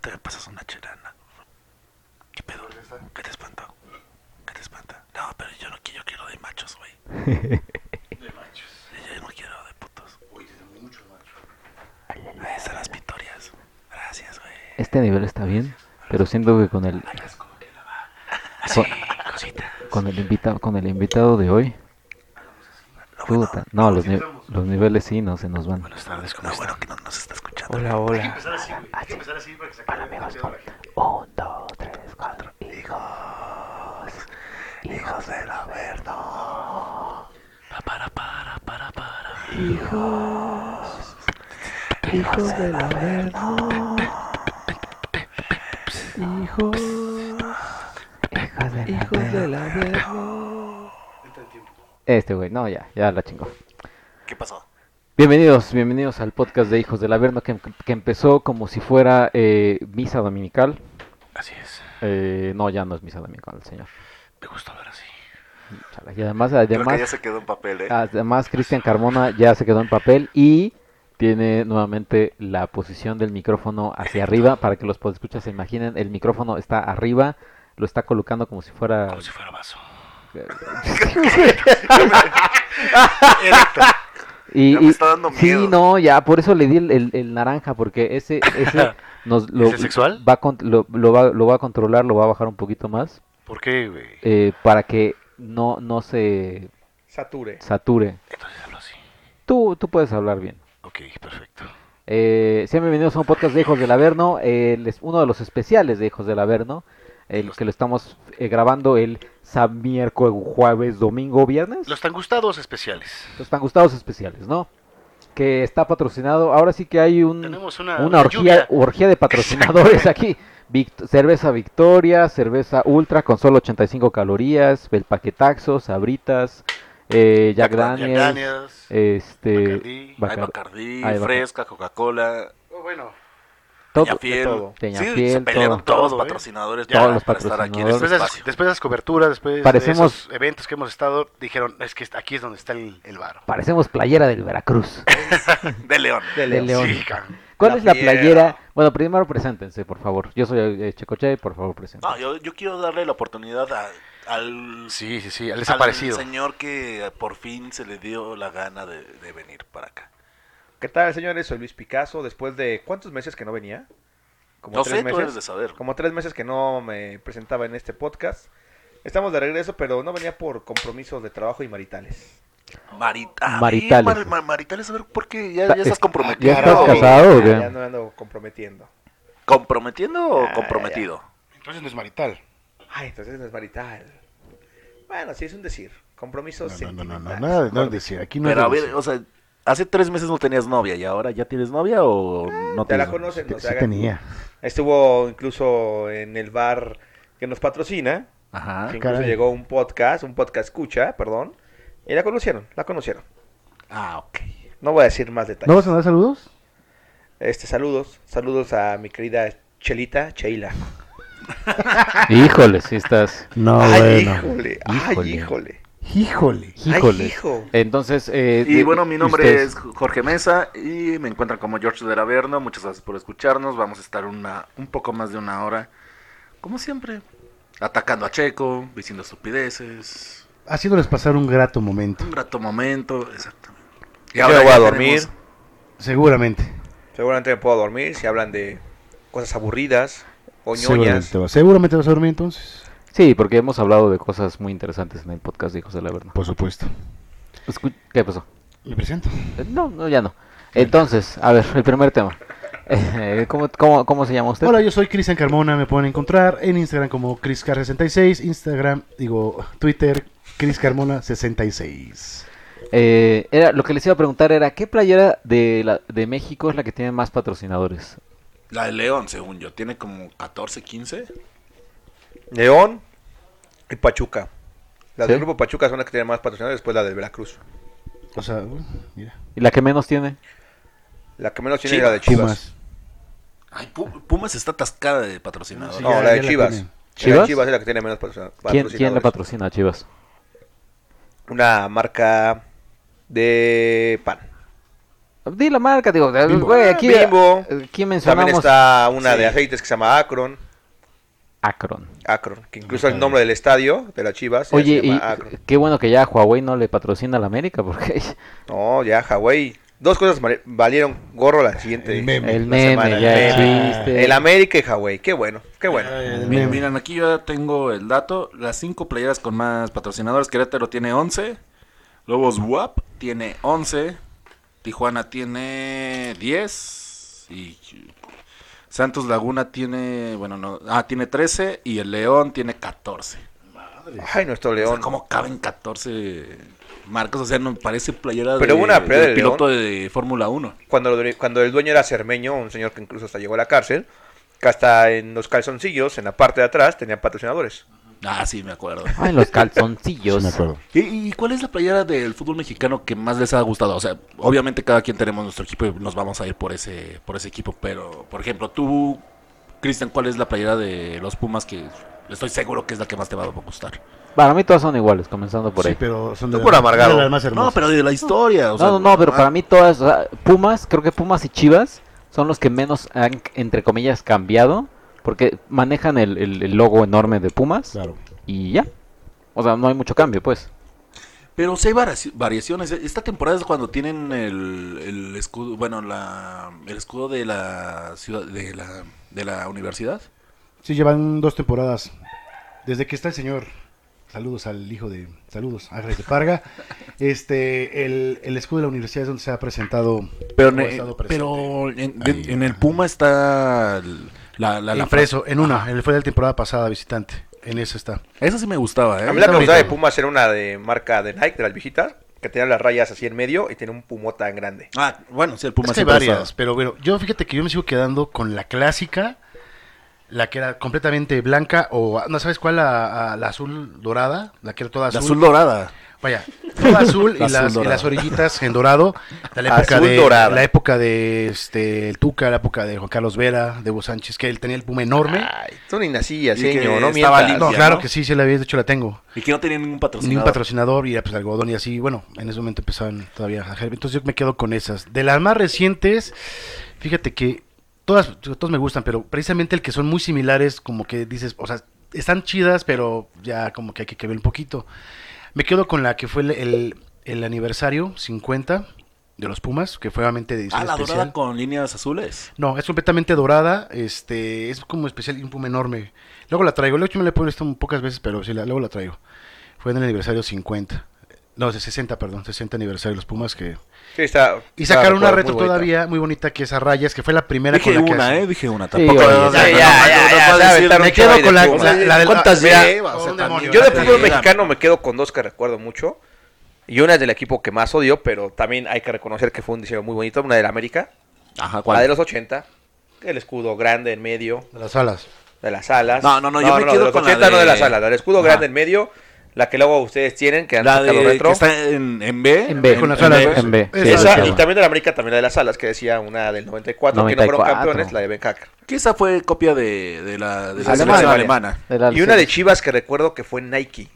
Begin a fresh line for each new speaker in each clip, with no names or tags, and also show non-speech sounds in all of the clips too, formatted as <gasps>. te pasas una chilana. ¿Qué pedo? ¿Qué te espantó? ¿Qué te espanta? No, pero yo no quiero, yo quiero de machos, <laughs> güey.
De machos.
Yo yo no quiero de putos.
Oye, de mucho macho.
Ahí están las victorias. Gracias, güey.
Este nivel está bien, pero siento que con el
Asco. Así, Eh, cosita.
con el invitado con el invitado de hoy,
Lo bueno,
puta, no, los, ni- los niveles sí no se nos van.
buenas tardes, ¿cómo Lo bueno que no nos está escuchando.
Hola,
Hay que
hola.
empezar así, güey.
Ah,
Hay que empezar así para que se acabe el pedo a la gente.
Un, dos, tres, cuatro.
Hijos de la verdad. Pa, Para, para, para, para.
Hijos de la verga. Hijos. Hijos de la verga.
Está en tiempo.
Este güey, no, ya, ya la chingó.
¿Qué pasó?
Bienvenidos, bienvenidos al podcast de Hijos del Averno que, que empezó como si fuera eh, misa dominical.
Así es.
Eh, no, ya no es misa dominical, señor.
Me gusta hablar así.
Chala, Y además,
Creo que ya
además,
se quedó en papel, ¿eh?
además Cristian Carmona ya se quedó en papel y tiene nuevamente la posición del micrófono hacia arriba para que los podescuchas se imaginen. El micrófono está arriba, lo está colocando como si fuera...
Como si fuera vaso.
Y,
Ya me
y-
está dando
Sí,
miedo.
no, ya, por eso le di el, el- el naranja, porque ese,
<laughs>
ese nos lo
¿Ese sexual?
va a con- lo, lo va, lo va a controlar, lo va a bajar un poquito más,
¿Por qué, güey?
eh, para que no, no se
Sature.
sature.
Entonces hablo así.
Tú, tú puedes hablar bien.
Ok, perfecto.
Eh, sean bienvenidos a un podcast de Hijos del Averno, eh, les- uno de los especiales de Hijos del Averno, el que lo estamos eh, grabando el sábado, miércoles, jueves, domingo, viernes.
Los tan gustados especiales.
Los tan gustados especiales, ¿no? Que está patrocinado. Ahora sí que hay un,
Tenemos una-
una
una
orgía,
lluvia.
orgía de patrocinadores aquí. Vict- cerveza Victoria, cerveza Ultra con solo 85 calorías, el paquetaxo, sabritas, eh, Jack, Daniels,
Jack Daniels,
este,
Bacardí, hay
Bacar-
Bacardí,
hay Bacar-
fresca, Coca-Cola,
Oh, bueno.
todo-
Peñafiel.
todo.
Peñafiel,
sí, se pelearon
todo.
todos
Todo,
los
¿eh?
patrocinadores
Todos
para,
los
para estar aquí en este
patrocinadores.
Después de, las,
espacio.
después de las coberturas, después
Parecemos-
de esos eventos que hemos estado, dijeron, es que est- aquí es donde está el, el bar.
Parecemos playera
<laughs>
del Veracruz,
De León.
de León.
Sí, cabrón.
¿Cuál
La
es la
fiera.
playera? Bueno, primero preséntense, por favor. Yo soy eh, Checoche, por favor, preséntense.
No, yo, yo quiero darle la oportunidad a- al,
sí, sí, sí, al
al
desaparecido.
señor que por fin se le dio la gana de, de venir para acá.
¿Qué tal, señores? Soy Luis Picasso. Después de cuántos meses que no venía? Como
No
tres
sé, tú
meses.
eres de saber.
Como tres meses que no me presentaba en este podcast. Estamos de regreso, pero no venía por compromisos de trabajo y maritales.
Marita,
Maritales.
maritales. maritales, a ver, ¿por qué? Ya,
Ta-
ya estás
es-
comprometido.
¿Ya estás
Claro,
casado o
ya, ya
qué?
no me ando comprometiendo.
¿Comprometiendo
Ah,
o
ya.
comprometido?
Entonces no es marital.
Ay, entonces no es marital. Bueno, sí es un decir. Compromisos
No, no, no, no,
sentimentales.
nada, no es decir, aquí no
Pero
es
a
de
ver,
decir.
o sea, hace tres meses no tenías novia y ahora ya tienes novia o no
te la
tienes novia?
conoces,
Sí,
no
sí
se hagan.
tenía.
Estuvo incluso en el bar que nos patrocina.
Ajá.
que incluso
Ah, caray.
llegó un podcast, un podcast escucha, perdón. Y la conocieron, la conocieron.
Ah, ok.
No voy a decir más detalles.
¿No vas a dar saludos?
Este, saludos. Saludos a mi querida Chelita, Cheila.
<laughs> Híjole, sí estás.
No,
ay,
bueno.
híjole, ay,
Ah, Híjole.
híjole.
Híjole.
Híjole.
Ay, hijo.
Entonces, eh,
Y
de-
bueno, mi nombre
ustedes-
es Jorge Mesa y me encuentran como George del Averno. Muchas gracias por escucharnos. Vamos a estar una, un poco más de una hora, como siempre, atacando a Checo, diciendo estupideces.
Haciéndoles pasar un grato momento,
Un grato momento, exactamente. Y
Yo
ahora
me voy
ya
a dormir.
tenemos-
seguramente.
Seguramente me puedo dormir si hablan de cosas aburridas o ñoñas.
Seguramente, vas- seguramente vas a dormir entonces.
Sí, porque hemos hablado de cosas muy interesantes en el podcast de Hijos de la Verna.
Por supuesto.
Escu- ¿Qué pasó?
Me presento.
Eh, No, no, ya no. Entonces, a ver, el primer tema. <laughs> Eh, ¿Cómo, cómo, cómo se llama usted?
Hola, yo soy Cristian Carmona. Me pueden encontrar en Instagram como ChrisCar66. Instagram, digo, Twitter, ChrisCarmona66.
Eh, era, lo que les iba a preguntar era, ¿qué playera de, la- de México es la que tiene más patrocinadores?
La de León, según yo, tiene como 14, 15.
León y Pachuca. Las
¿Sí?
del grupo Pachuca son las que tienen más patrocinadores, después la del Veracruz.
O sea, bueno, mira.
¿Y la que menos tiene?
La que menos tiene es
Chivas.
la de Chivas.
Ay, Pu- Pumas está atascada de patrocinadores.
Sí,
No,
ya-
la de
ya la
Chivas.
tienen.
La
¿Chivas?
de Chivas es la que tiene menos patrocina-
¿Quién,
patrocinadores.
¿Quién la patrocina, Chivas?
Una marca de pan.
Di la marca, digo,
Bimbo.
güey, aquí,
Ah, Bimbo.
aquí mencionamos
También está una
Sí.
de aceites que se llama Akron.
Akron.
Akron,
Ah,
que incluso el nombre del estadio de las Chivas ya
Oye,
se
y
llama Akron.
qué bueno que ya Huawei no le patrocina a la América, porque
No, ya Hawái. Dos cosas vali- valieron gorro la siguiente.
El meme.
Eh, el
la
meme
semana,
ya
el meme.
existe.
El América y Hawái. Qué bueno, qué bueno.
Ah,
Miren, miren, aquí yo ya tengo el dato. Las cinco playeras con más patrocinadores. Querétaro tiene 11. Lobos WAP tiene 11. Tijuana tiene 10. Y Santos Laguna tiene, bueno, no, ah, tiene 13. Y el León tiene 14.
Ay, nuestro
O sea,
León.
¿Cómo caben 14 marcas? O sea, no parece playera
Pero
de,
una playera
de
del
piloto de Fórmula 1.
Cuando, lo dure- cuando el dueño era cermeño, un señor que incluso hasta llegó a la cárcel, que hasta en los calzoncillos, en la parte de atrás, tenía patrocinadores.
Ah, sí, me acuerdo.
<laughs> Ay, los
Yo
calzoncillos.
me acuerdo.
¿Y, y cuál es la playera del fútbol mexicano que más les ha gustado? O sea, obviamente cada quien tenemos nuestro equipo y nos vamos a ir por ese, por ese equipo, pero por ejemplo, tú, Cristian, ¿cuál es la playera de los Pumas que estoy seguro que es la que más te va a gustar?
Para mí todas son iguales, comenzando por
sí,
ahí.
pero son
Tú
de,
por
la-
amargado.
son de las más hermosas.
No, pero de la historia. o sea,
no, no, no, pero
ah,
para mí todas, o sea, Pumas, creo que Pumas y Chivas son los que menos han, entre comillas, cambiado, porque manejan el, el- el logo enorme de Pumas
Claro.
y ya. O sea, no hay mucho cambio, pues.
Pero sí hay variaci- variaciones. Esta temporada es cuando tienen el, el escudo, bueno, la, el escudo de la ciudad, de la, de la universidad.
Sí, llevan dos temporadas. Desde que está el señor, saludos al hijo de, saludos, Ángeles de Parga. Este, el, el escudo de la universidad es donde se ha presentado.
Pero,
o ha
en-
estado presente.
pero en, de-
Ahí.
en el Puma está el- la, la, la
Impreso, en una, en- fue de la temporada pasada, visitante. En esa está.
Esa sí me gustaba, ¿eh?
A mí la que me
Está
gustaba de
bonito.
Pumas era una de marca de Nike, de las viejitas, que tenía las rayas así en medio y tenía un pumota tan grande.
Ah, bueno, sí, el Puma
Es que hay
siempre ha
varias,
estado.
pero bueno, yo fíjate que yo me sigo quedando con la clásica, la que era completamente blanca o no sabes cuál, la, a- la azul dorada, la que era toda
La
azul.
azul dorada.
Vaya,
<laughs>
toda azul, y,
La azul
las, y
dorada.
las orillitas en dorado, de la época
Azul
de
dorada.
la época de este el Tuca, la época de Juan Carlos Vera, de Hugo Sánchez, que él tenía el puma enorme.
Ay, tú ni nacías,
Y que
señor,
estaba
no mientas.
limpia.
no,
Ah, ya,
claro
¿no?
que sí, sí la había hecho, la tengo.
Y que no tenía ningún patrocinador.
Ni un patrocinador y pues algodón y así. Bueno, en ese momento empezaban todavía a jalar. Entonces yo me quedo con esas. De las más recientes, fíjate que todas, todas me gustan, pero precisamente el que son muy similares, como que dices, o sea, están chidas, pero ya como que hay que, que ver un poquito. Me quedo con la que fue el, el- el aniversario 50 de los Pumas, que fue obviamente de edición
Ah, la
especial.
dorada con líneas azules.
No, es completamente dorada, este, es como especial y un puma enorme. Luego la traigo, luego yo me la he puesto pocas veces, pero sí, la- luego la traigo. Fue en el aniversario 50. No, de 60, perdón, 60 aniversario de los Pumas que...
Sí, está-
Y
está,
sacaron una
recuerdo,
retro
muy bonita.
todavía muy bonita que es a rayas, que fue la primera
Dije
con la que...
una,
hace-
¿eh? Dije una.
Sí,
Tampoco.
oye,
o sea,
ya,
no,
ya,
no,
ya,
no
ya,
puedo
ya,
decir
aventaron
mucho
Me quedo
Ay, de
con la,
Pumas.
la- la del-
¿Cuántas
mira,
lleva?
oh,
O sea,
demonios.
también-
Yo de
Sí,
fútbol
mira.
mexicano me quedo con dos que recuerdo mucho. Y una es del equipo que más odio, pero también hay que reconocer que fue un diseño muy bonito. Una del América,
Ajá,
la de
¿cuál?
los 80. El escudo grande en medio,
De las alas.
de las alas.
No, no, no, yo me
de
quedo
los
con la
80, no de
de-
las alas. El escudo
Ajá.
grande en medio, la que luego ustedes tienen, que han
La
sacado
de
retro.
que está en, en B.
En B,
con las
en
alas.
B.
En B.
Esa-
sí,
Esa,
se
y
llama.
también de la América, también la de las alas, que decía una del 94, que no fueron
94.
campeones, la de Ben Hacker.
Que esa fue copia de, de la, de la
Alemania.
selección alemana.
De la-
Y una de Chivas que recuerdo que fue Nike,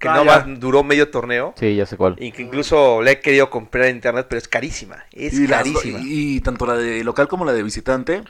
que
Ah, ya.
no más duró medio torneo.
Sí, ya sé cuál.
Y que incluso la he querido comprar en internet, pero es carísima. Es
y las do-
carísima.
y, y tanto la de local como la de visitante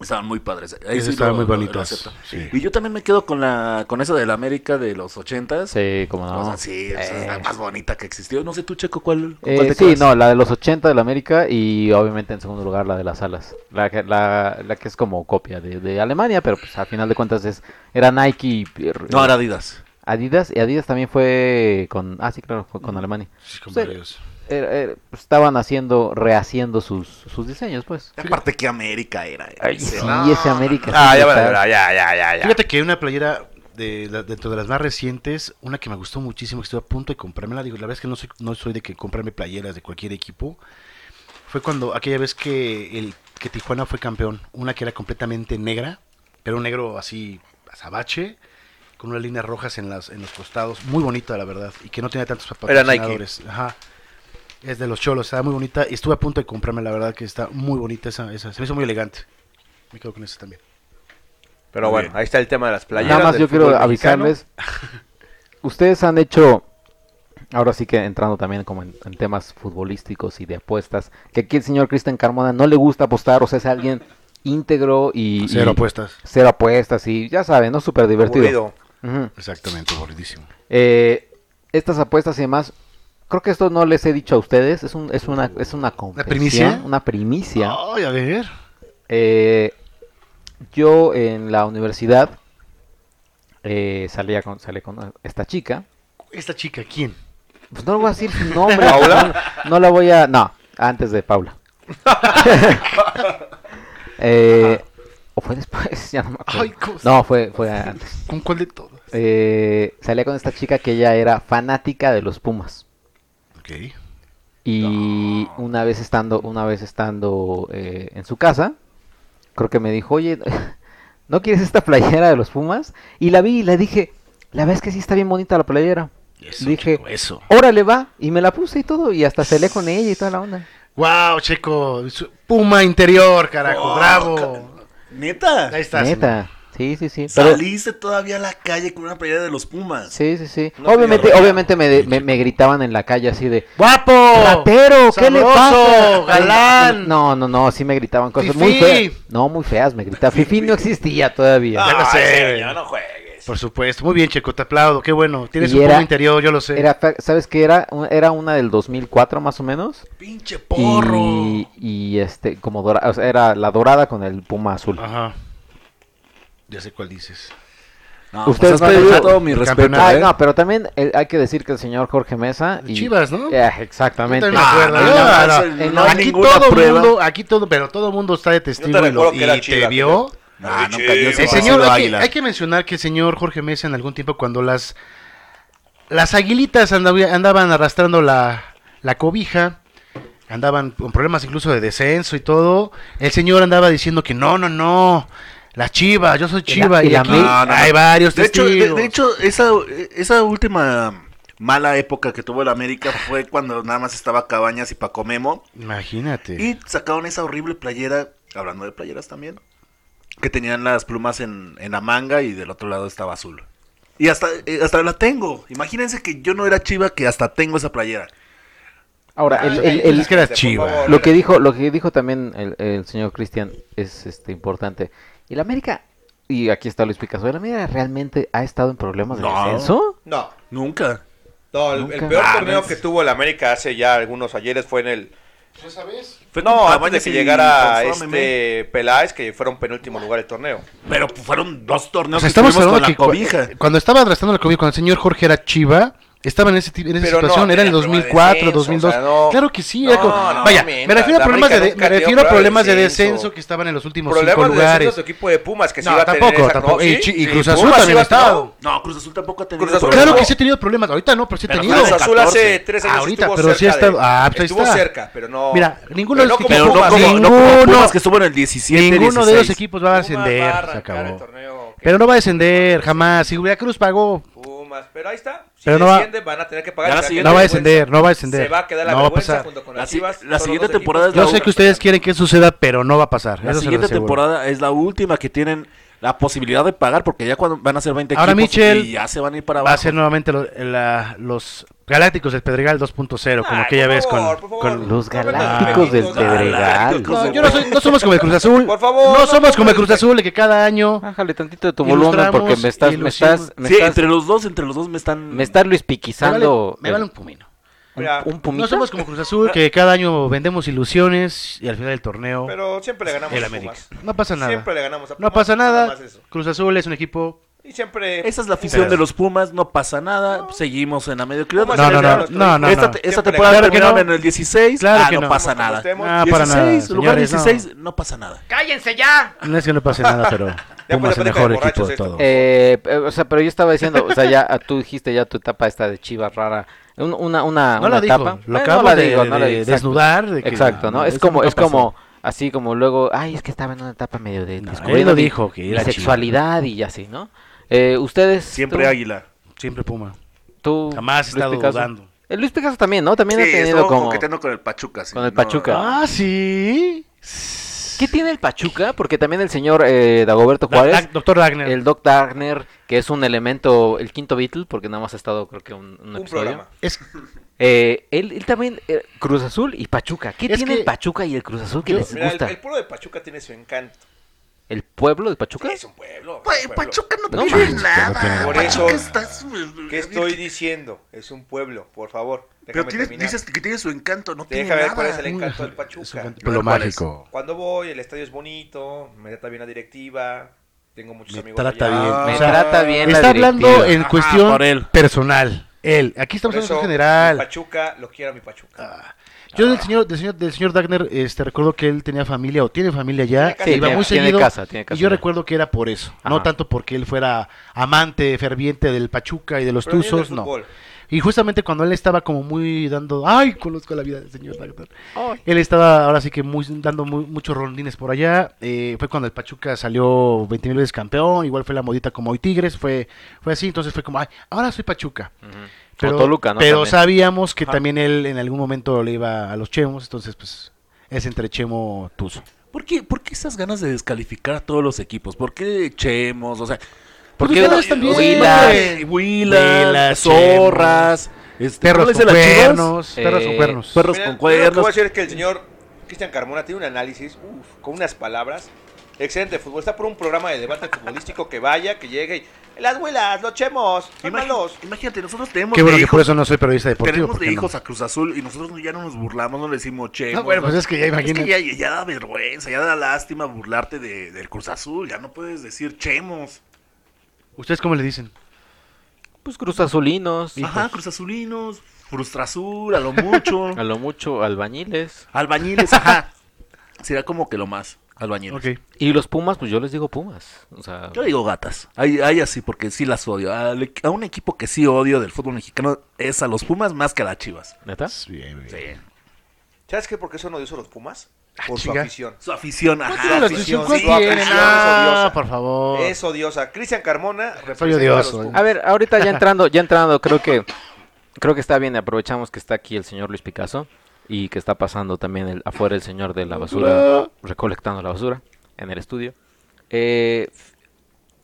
estaban muy padres. Ahí
Esas
sí
estaban
lo-
muy
lo- lo
bonitas,
acepto.
sí.
Y yo también me quedo con la con esa de la América de los 80
Sí, como no.
O sea, sí, o sea, es la
Eh.
más bonita que existió. No sé tú, Checo, cuál, con
Eh,
cuál te
sí,
quedas?
no, la de los 80 de la América y obviamente en segundo lugar la de las alas. La que, la, la que es como copia de, de Alemania, pero pues al final de cuentas es era Nike y
No, era Adidas.
Adidas. Y Adidas también fue con... Ah, sí, claro, fue con Alemania.
Sí, con
Sí.
varios.
Era- era- pues, estaban haciendo, rehaciendo sus, sus diseños, pues.
Aparte que América era. eh.
Ay,
Sí,
sí,
no.
ese América.
Ah,
sí
ya,
está-
vale, ya, ya, ya, ya, ya.
Fíjate que hay una playera de, la- dentro de las más recientes, una que me gustó muchísimo, que estuve a punto de comprármela. Digo, la verdad es que no soy, no soy de que comprarme playeras de cualquier equipo. Fue cuando aquella vez que el que Tijuana fue campeón, una que era completamente negra, pero un negro así azabache, con unas líneas rojas en las en los costados, muy bonita la verdad, y que no tenía tantos
Era Nike.
patrocinadores. Ajá. Es de los cholos, estaba muy bonita y estuve a punto de comprarme, la verdad que está muy bonita esa, esa. se me hizo muy elegante. Me quedo con esa también.
Pero bueno, ahí está el tema de las playeras.
Nada más
del
yo quiero
fútbol mexicano.
avisarles. Ustedes han hecho Ahora sí que entrando también como en, en temas futbolísticos y de apuestas, que aquí el señor Cristian Carmona no le gusta apostar, o sea, es alguien íntegro y...
Cero
y-
apuestas.
Cero apuestas y ya saben, ¿no? Súper divertido.
Aburrido.
Ujú.
Exactamente, aburridísimo.
Eh, estas apuestas y demás, creo que esto no les he dicho a ustedes, es, un, es una es una confesión,
primicia? Oh.
Una primicia.
Ay, a ver.
Eh, yo en la universidad eh, salía con, salí con esta chica.
¿Esta chica quién?
Pues no le voy a decir su nombre.
¿Paula?
No, no la voy a. No, antes de Paula. Eh, o fue después, <laughs> ya no me acuerdo.
Ay, cosa.
no, fue, fue antes.
¿Con cuál de todas?
Eh, salía con esta chica que ella era fanática de los Pumas.
Ok.
Y una vez estando, una vez estando eh, en su casa, creo que me dijo, oye, <laughs> ¿no quieres esta playera de los Pumas? Y la vi y le dije, la verdad es que sí está bien bonita la playera.
Eso,
Dije-
Checo, eso.
Órale va, y me la puse y todo, y hasta celé con ella y toda la onda.
Wow, Checo. Su- Puma interior, carajo.
Oh,
bravo.
¿Neta?
Ahí estás.
Neta, sí, sí, sí. Pero-
Saliste todavía a la calle con una playera de los Pumas.
sí, sí, sí.
No te
obviamente,
digas.
obviamente me, de- me- me gritaban en la calle así de
Guapo.
ratero, ¿qué le pasa?
¡Oh! sabroso, galán.
No, no, no, sí me gritaban cosas
Fifí. Ah,
muy feas. No, muy feas, me gritaban. Fifi
<laughs>
no existía todavía.
Ya lo
Ay,
sé,
señor,
güey.
no juegues.
Por supuesto. Muy bien, Checo. Te aplaudo. Qué bueno. Tienes
Y
un
era-
Puma interior, yo lo sé.
Era, fa- ¿sabes qué era? Un- Era una del 2004 más o menos.
Pinche porro.
Y, y, este, como dorada, o sea, era la dorada con el puma azul.
Ajá. Ya sé cuál dices.
No, pues
Ustedes
has
no-
perdido todo mi respeto,
Campeonato.
Ay,
¿eh?
no, pero también eh, hay que decir que el señor Jorge Mesa. Y,
Chivas, ¿no?
Eh, exactamente.
Yo también me acuerdo.
no,
Yo,
no,
ah,
eso
no.
no hay
aquí
ninguna
todo
prueba.
mundo, aquí todo, pero todo mundo está de testigo y,
recuerdo
lo,
que era
y
chiva,
te vio.
Ah,
Sí,
nunca, yo siempre
sí,
El
he
no.
señor,
sido
hay que,
águila.
hay que mencionar que el señor Jorge Mesa en algún tiempo cuando las las aguilitas andav- andaban arrastrando la, la cobija, andaban con problemas incluso de descenso y todo, el señor andaba diciendo que no, no, no, las chivas, yo soy
Y la-
chiva y,
y la
aquí
mil-
No, no,
hay
no.
varios
De hecho,
testigos.
de, de hecho esa, esa última mala época que tuvo el América fue cuando nada más estaba Cabañas y Paco Memo.
Imagínate.
Y sacaron esa horrible playera, hablando de playeras también, que tenían las plumas en, en la manga y del otro lado estaba azul. Y hasta, eh, hasta la tengo. Imagínense que yo no era chiva que hasta tengo esa playera.
Ahora, el- el- el-
Ah, es que era
Por
chiva.
favor.
lo que dijo, lo que dijo también el, el señor Cristian es este importante. Y la América, y aquí está Luis Picasso, ¿el América realmente ha estado en problemas de
No.
descenso?
No,
Nunca.
no, el, el
Nunca.
peor
Mames.
torneo que tuvo el América hace ya algunos ayeres fue en el.
¿Esa vez?
Fue con
No, antes de
Cabañas
que
y
llegara
Alfonso Meme.
este Peláez, que fueron penúltimo lugar del torneo.
Pero pues, fueron dos
O
torneos
sea,
que
estamos
estuvimos
hablando
con la
que cu- eh,
cobija.
cuando estaba arrastrando la cobija, cuando el señor Jorge era chiva, estaba en, ese, ti- en esa
Pero no
situación, era en el
tenía
2004,
prueba de descenso,
2002.
o sea, no.
claro que sí, era
No,
como-
no,
vaya,
men,
me refiero a
la
problemas, de,
América
de-
nunca
me
dio
refiero a
prueba de
problemas de
descenso.
descenso que estaban en los últimos cinco
Problemas de
lugares.
descenso de tu equipo de Pumas, que se
No,
iba a tener
tampoco,
esa-
tampoco.
no,
Y
sí,
Chi- y
sí,
Cruz Azul
Pumas
también
iba a-
estaba.
no,
No, Cruz Azul tampoco ha tenido
Cruz Azul
problemas.
Claro
Pero-
que sí he tenido problemas, ahorita no, pero sí he
Pero
tenido.
Cruz Azul hace
14.
tres años
Ahorita,
estuvo
pero sí ha
cerca
estado-
de-
ah, pues ahí
estuvo
está.
cerca, pero no.
Mira, ninguno de los
no
que-
como
Pero no
Pumas,
como,
¿eh?
no como
Ninguno-
Pumas que estuvo en el 17,
Ninguno de
16.
los equipos va a
Pumas va a
ascender, se
arrancar el
acabó.
torneo, que
Pero no va a descender, jamás. Si Cruz pagó,
Pumas, pero ahí está. Si
Pero no va-
desciende, van a tener que pagar.
Ya
O
la
sea,
siguiente-
qué
no va a
vergüenza.
descender, no va a descender.
Se va a quedar la
no va a
vergüenza
pasar.
junto con
La
las
si-
Chivas.
la
son
siguiente
los dos
temporada
equipos
es
Yo
la
sé que ustedes quieren que eso suceda, pero no va a pasar.
La
eso se los
siguiente
aseguro.
temporada es la última que tienen la posibilidad de pagar porque ya cuando van a ser 20
Ahora,
equipos
Michel,
y ya se van a ir para
Va a
abajo.
ser nuevamente lo- la- los Galácticos del Pedregal 2.0, como
Ay,
aquella
Ah, por
vez con...
favor, por favor.
con-
Los
No vengas
Galácticos del
con los
Pedregal.
Galácticos
No,
del
yo no,
<laughs>
soy- no somos como el Cruz Azul.
Por favor,
No
no
somos como
somos
el Cruz
el- Ah,
Azul, que cada año...
Bájale tantito de tu
Ilustramos,
volumen porque me estás, me
ilustramos.
estás, me
sí,
estás,
entre los dos, entre los dos me están...
me estás Luis
Me vale,
Piquizando
me vale
el-
un pumino.
Mira,
un, pumito.
No somos como Cruz Azul, que cada año vendemos ilusiones y al final del torneo
Pero siempre le ganamos
el
a
América.
Pumas.
No pasa nada.
Siempre le ganamos a Pumas.
No pasa nada.
más eso.
Cruz Azul es un equipo...
Y siempre.
Esa es la afición de los Pumas, no pasa nada, seguimos en la mediocridad.
Pumas
No,
siempre
no,
gana
no,
los
no,
torneos.
no,
esta
no.
esta
Siempre
temporada
gana.
Claro que
terminaron
no.
en el 16,
Claro
ah,
que
no,
no.
pasa nada.
Como
Ah, para nada,
16, lugar
señores, no.
16, no pasa nada.
No es que no pase nada,
<laughs>
pero Pumas es el
plática de
mejor equipo
borrachos
de
esto.
todo.
Eh, eh, o sea, pero yo estaba diciendo, o sea, ya <laughs> ah, tú dijiste ya tu etapa esta de Chivas rara, un- una, una,
No
una
la
etapa.
dijo, lo
Eh,
acabo
no la
de,
digo, no la
de
digo, exacto.
desnudar. de que-
Exacto, ¿no?
no,
es
eso
como,
nunca
es como,
pasó.
así como luego, ay, es que estaba en una etapa medio de
No,
descubriendo
él lo
mi-
dijo, que
mi
era chido.
sexualidad y así, ¿no? Eh, ustedes,
Siempre
tú,
Águila.
Siempre Puma.
tú,
Jamás he
Luis
estado
Picasso.
dudando.
Eh, Luis Picasso también, ¿no? También ha
Sí,
tenido
estuvo
como,
coqueteando con el Pachuca. sí,
con el
no.
Pachuca.
Ah, sí.
¿Qué tiene el Pachuca? Porque también el señor eh, Dagoberto
Da-
Juárez,
Da- Doctor Wagner.
el Doc Darner, que es un elemento, el quinto Beatle, porque nada más ha estado creo que un, un
Un
episodio.
programa.
Es,
Eh, él, él también, eh, Cruz Azul y Pachuca. ¿Qué
Es
tiene
que-
el Pachuca y el Cruz Azul que
Yo-
les
Mira, el,
gusta?
el pueblo de Pachuca tiene su encanto.
¿El pueblo de Pachuca?
Es un pueblo. es
Güey,
un pueblo.
Pachuca no,
No
tiene
manches,
nada.
Por eso,
Pachuca estás-
¿qué estoy diciendo? Es un pueblo, por favor.
Pero
déjame
tienes-
terminar.
dices que tiene su encanto, no tiene
Déjame ver
nada.
cuál es el encanto del Pachuca.
Pueblo
¿cuál
mágico.
Cuando voy, el estadio es bonito, me trata bien la directiva, tengo muchos
Me
amigos
trata
allá.
bien.
Me
O
Ah.
sea,
trata bien la
Está hablando
directiva.
en
Ajá,
cuestión
por él.
personal. Él. Aquí
Por
estamos hablando
eso,
en
mi
general. Ah,
Pachuca, lo quiero a mi Pachuca.
Yo
Ah.
del señor, del señor, del señor Dagner, este, recuerdo que él tenía familia o tiene familia ya.
Tiene casa. Sí,
iba
tiene-
muy
tiene
seguido.
casa, tiene casa
y yo
ya.
recuerdo que era por eso. No
Ajá.
tanto porque él fuera amante ferviente del Pachuca y de los
Pero viene del
Tuzos, no.
fútbol.
Y justamente cuando él estaba como muy dando, ay, conozco la vida del señor Dagner. Él estaba ahora sí que muy, dando muy- muchos rondines por allá. eh, fue cuando el Pachuca salió 20 mil veces campeón. Igual fue la modita como hoy Tigres. Fue, fue así. Entonces fue como, ay, ahora soy Pachuca. Pero,
O Toluca, ¿no?
pero
También.
sabíamos que también él en algún momento le iba a los Chemos. Entonces, pues, es entre Chemo Tuzo.
¿Por qué, ¿Por qué esas ganas de descalificar a todos los equipos? ¿Por qué Chemos? O sea,
¿Por
pues
qué
ustedes
también,
Huilas,
güey?
Huilas,
Huilas,
zorras, este,
Perros
¿cuáles
con
de las chivas?
cuernos. Perros con
Eh,
cuernos.
perros con
Mira, yo lo que voy a
cuernos.
decir es que el señor Cristian Carmona tiene un análisis, uf, con unas palabras. Excelente fútbol. Está por un programa de debate futbolístico que vaya, que llegue y. Las huelas, los chemos, son
Imagi-
malos.
Imagínate, nosotros tenemos
Qué bueno
de
que
hijos,
por eso no soy periodista deportivo.
tenemos de
porque no.
hijos a Cruz Azul y nosotros no- ya no nos burlamos, no le decimos che.
No, bueno, pues es que ya
Es
imagínate.
que ya, ya da vergüenza, ya da lástima burlarte de, del Cruz Azul, ya no puedes decir chemos.
¿Ustedes cómo le dicen?
Pues Cruz Azulinos,
Ajá, Cruz Azulinos, Frustrazul, a lo
<laughs>
mucho,
a lo mucho albañiles.
albañiles, ajá. Será como que lo más, albañiles.
Ok.
Y los Pumas, pues yo les digo Pumas. O sea,
Yo digo gatas, hay, hay así porque sí las odio. Al equ- a un equipo que sí odio del fútbol mexicano es a los Pumas más que a las Chivas.
¿neta?
Sí.
¿Sabes qué? ¿Por qué son odiosos los Pumas?
Ah,
Por su
chinga.
afición.
Su afición,
¿Cuál
ajá.
Ah, tiene la
afición.
afición?
Ah, sí,
¿Cuál
sí,
tiene?
afición
Ah,
odiosa.
por favor.
Es odiosa. Cristian Carmona representa
odioso,
a los
eh.
A
Pumas.
ver, ahorita ya entrando, ya entrando, creo que creo que está bien, aprovechamos que está aquí el señor Luis Picasso y que está pasando también el- afuera el señor de la basura, recolectando la basura en el estudio. Eh,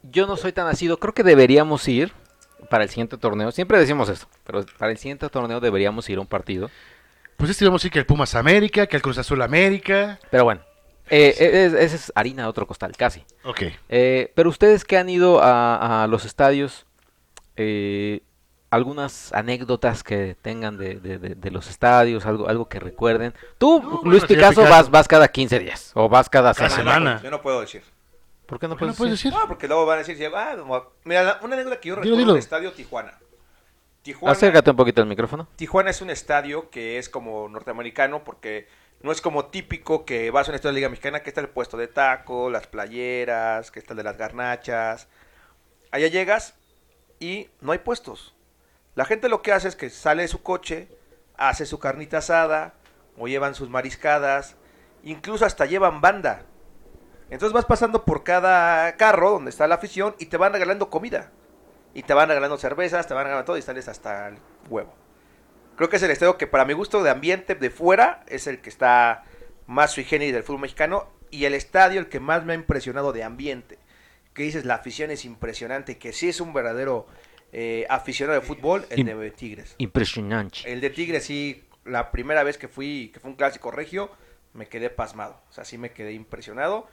yo no soy tan nacido, creo que deberíamos ir para el siguiente torneo, siempre decimos esto, pero para el siguiente torneo deberíamos ir a un partido.
Pues este íbamos a decir que el Pumas América, que el Cruz Azul América.
Pero bueno, eh, e- es- esa es harina de otro costal, casi.
Ok.
Eh, pero ustedes que han ido a, a los estadios, eh, algunas anécdotas que tengan de, de- de- de los estadios, algo, algo que recuerden. Tú,
No, bueno,
Luis
señor
Picasso,
Picasso.
Vas, vas cada 15 días o vas cada
Cada
semana.
semana.
Yo no puedo decir.
¿Por qué no
¿Por qué
Pues
no
puedes
puedes
decir?
decir?
No, porque luego van a decir, ah, vamos a- mira, la- una anécdota que yo
Dilo,
recuerdo
dilo.
del estadio Tijuana. Tijuana,
Acércate un poquito al micrófono.
Tijuana es un estadio que es como norteamericano porque no es como típico que vas a un estadio de Liga Mexicana que está el puesto de taco, las playeras, que está el de las garnachas. Allá llegas y no hay puestos. La gente lo que hace es que sale de su coche, hace su carnita asada o llevan sus mariscadas, incluso hasta llevan banda. Entonces vas pasando por cada carro donde está la afición y te van regalando comida. Y te van regalando cervezas, te van regalando todo y sales hasta el huevo. Creo que es el estadio que para mi gusto de ambiente de fuera es el que está más sui generis del fútbol mexicano y el estadio el que más me ha impresionado de ambiente. Que dices, la afición es impresionante, que sí es un verdadero eh, aficionado de fútbol, el
Im-
de Tigres.
Eh,
Impresionante.
El de Tigres sí, la primera vez que fui, que fue un clásico regio, me quedé pasmado. O sea, sí me quedé impresionado.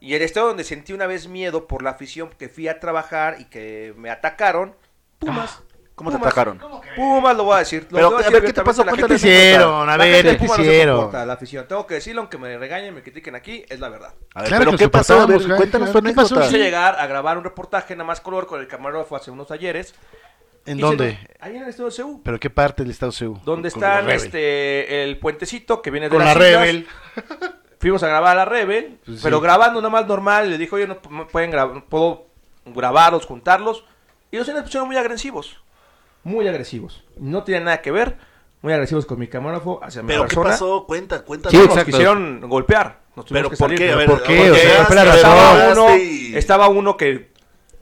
Y el estado donde sentí una vez miedo por la afición que fui a trabajar y que me atacaron, Pumas.
<gasps>
¿Cómo te
Pumas.
atacaron?
Pumas lo voy a decir. Lo
Pero,
voy
a
decir
ver, ¿qué te
abiertamente
pasó?
a la
¿Qué te
Cuéntales
gente.
hicieron? A
La gente
ver,
de
¿qué te
Pumas no se
hicieron?
comporta, la afición. Tengo que decirlo, aunque me regañen, me critiquen aquí, es la verdad.
A ver,
Claro
pero
que
¿qué
lo
pasó? A ver,
soportamos,
cuéntanos tu
claro, ¿qué pasó?
anécdota.
Quise llegar a grabar un reportaje nada más color con el camarógrafo hace unos ayeres.
¿En
Y
dónde?
se- Ahí en el estado de Seúl.
¿Pero qué parte del Estado CEU?
Donde
Con la
está
Rebel.
este, el puentecito que viene de
Con la
las islas.
Rebel.
Fuimos a grabar a la Rebel,
Pues sí.
pero grabando nada más normal. Le dijo, yo no p- no pueden grabar, puedo grabarlos, juntarlos. Y los señores pusieron muy agresivos. Muy agresivos. No tenían nada que ver. Muy agresivos con mi camarógrafo hacia mi
¿Pero qué
persona.
pasó? Cuenta, cuéntanos.
Sí,
Nos
exacto.
quisieron golpear. Nos
¿Pero
tuvimos que
por
salir.
qué? A
¿Pero
ver,
por qué?
¿por
O sea,
llegaste,
fue la
te
razón.
Estaba
grabaste
uno,
y-
Este,
estaba uno que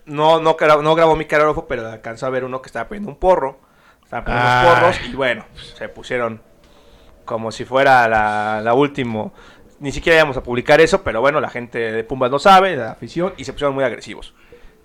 no, no, gra- no grabó mi camarógrafo, pero alcanzó a ver uno que estaba poniendo un porro. Estaba poniendo unos
Ah.
porros y bueno, se pusieron como si fuera la, la último ni siquiera íbamos a publicar eso, pero bueno, la gente de Pumas no sabe, la afición, y se pusieron muy agresivos.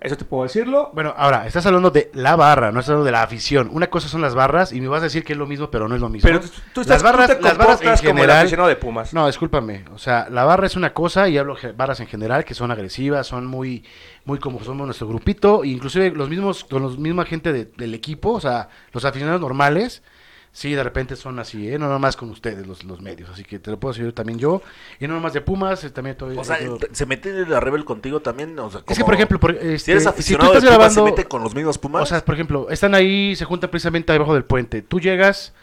Eso te puedo decirlo.
Bueno, ahora, estás hablando de la barra, no estás hablando de la afición. Una cosa son las barras y me vas a decir que es lo mismo, pero no es lo mismo.
Pero tú, tú estás,
las barras,
tú te
las barras en
comportas como el
general-
aficionado de Pumas.
No, discúlpame. O sea, la barra es una cosa y hablo ge- barras en general que son agresivas, son muy, muy como somos nuestro grupito, e inclusive los mismos, con los misma gente de- del equipo, o sea, los aficionados normales, sí, de repente son así, ¿eh? no nomás con ustedes los, los medios, así que te lo puedo decir también yo, y no nomás de Pumas, eh, también estoy.
O sea,
yo-
¿se mete la Rebel contigo también? O sea,
es que
como-
por ejemplo, por-
si
este,
eres
tú
aficionado de
estás
Pumas, se
grabando-
mete con los mismos Pumas.
o sea, por ejemplo, están ahí, se juntan precisamente debajo del puente. Tú llegas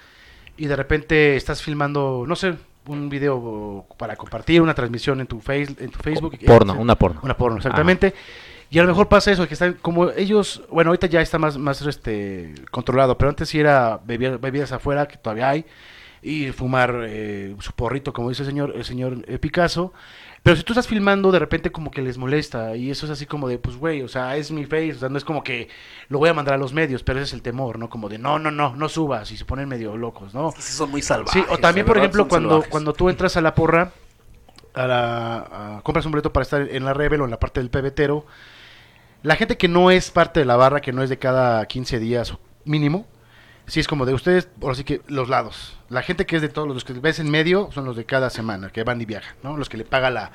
y de repente estás filmando, no sé, un video para compartir, una transmisión en tu, face, en tu Facebook.
Porno,
Eh,
una porno.
una porno, exactamente. Y a lo mejor pasa eso, que están como ellos, bueno, ahorita ya está más, más este, controlado, pero antes sí era bebidas, bebidas afuera, que todavía hay, y fumar eh, su porrito, como dice el señor, el señor eh, Picasso. Pero si tú estás filmando, de repente como que les molesta, y eso es así como de, pues güey, o sea, es mi face, o sea, no es como que lo voy a mandar a los medios, pero ese es el temor, ¿no? Como de, no, no, no, no subas, y se ponen medio locos, ¿no?
Es que sí son muy salvajes.
Sí, o también,
la
por
verdad,
ejemplo,
son
cuando,
salvajes.
cuando tú entras a la porra, a la, a- compras un boleto para estar en la Rebel o en la parte del pebetero, la gente que no es parte de la barra, que no es de cada 15 días o mínimo, sí es como de ustedes, ahora sí que los lados. La gente que es de todos los que ves en medio son los de cada semana, que van y viajan, ¿no? Los que le paga la,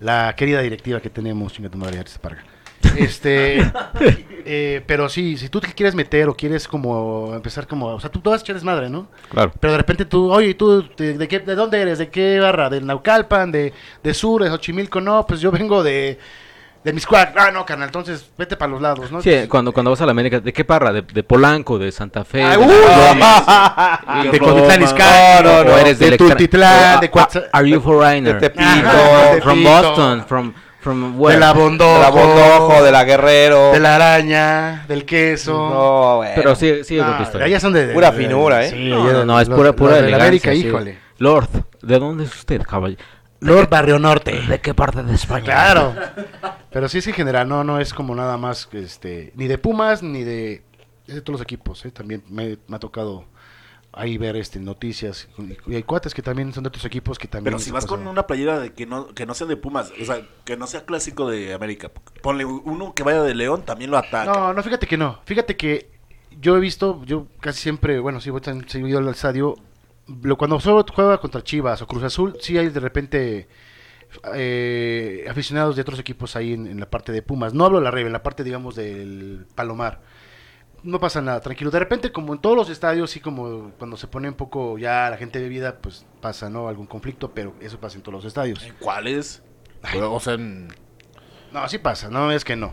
la querida directiva que tenemos, chinga tu madre, ya se parga. Este, eh, pero sí, si tú te quieres meter o quieres como empezar como, o sea, tú todas echar madre, ¿no?
Claro.
Pero de repente tú, oye, ¿tú de, de qué, de dónde eres? ¿De qué barra? ¿Del Naucalpan? ¿De, de Sur? ¿De Xochimilco? No, pues yo vengo de, de Miscuac. Ah, no, carnal, entonces vete para los lados, ¿no?
Sí, cuando, cuando vas a la América, ¿de qué parra? ¿De, de Polanco? ¿De Santa Fe?
Ah,
de-
<laughs>
uy,
de-
de
de-
Cotitlán Izcalli,
No, no, no.
o eres
de
del
extra-
Tultitlán,
no,
de
a-
Coatza-
Are you foreigner?
de Tepito,
Ajá, de
From
Tepito,
Boston, from, from where?
de la Bondojo,
de la Bondojo, de la Guerrero.
de la araña, del queso.
No, güey.
Pero sí, sí es
Ah,
otra historia.
allá son de, de-
Pura
de-
finura, ¿eh?
sí,
No,
allá
no,
de-
no, es
los-
pura,
los
pura
de la América,
elegancia, sí.
híjole.
Lord, ¿de dónde es usted, caballero?
Lord Barrio Norte.
¿De qué parte de España?
Claro. Pero sí es que en general no, no es como nada más que este, ni de Pumas, ni de, es de todos los equipos, ¿eh? también me, me ha tocado ahí ver este noticias y hay cuates que también son de otros equipos que también
Pero si
les
vas
pasa.
con una playera de que no, que no sea de Pumas, o sea, que no sea clásico de América, ponle uno que vaya de León, también lo ataca.
No, no, fíjate que no. Fíjate que yo he visto, yo casi siempre, bueno, sí voy tan seguido al estadio. Lo, cuando solo juega contra Chivas o Cruz Azul, sí hay de repente eh, aficionados de otros equipos ahí en, en la parte de Pumas. No hablo de la Rebe, en la parte, digamos, del Palomar. No pasa nada, tranquilo. De repente, como en todos los estadios, sí, como cuando se pone un poco ya la gente bebida, pues pasa, ¿no? Algún conflicto, pero eso pasa en todos los estadios.
¿En ¿Cuáles? O sea, en-
No, sí pasa, no es que no.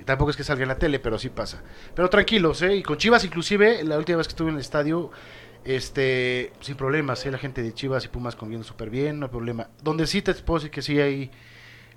Y Tampoco es que salga en la tele, pero sí pasa. Pero tranquilos, ¿eh? Y con Chivas, inclusive, la última vez que estuve en el estadio, este, sin problemas, ¿eh? La gente de Chivas y Pumas conviviendo súper bien, no hay problema. Donde sí te puedo decir que sí hay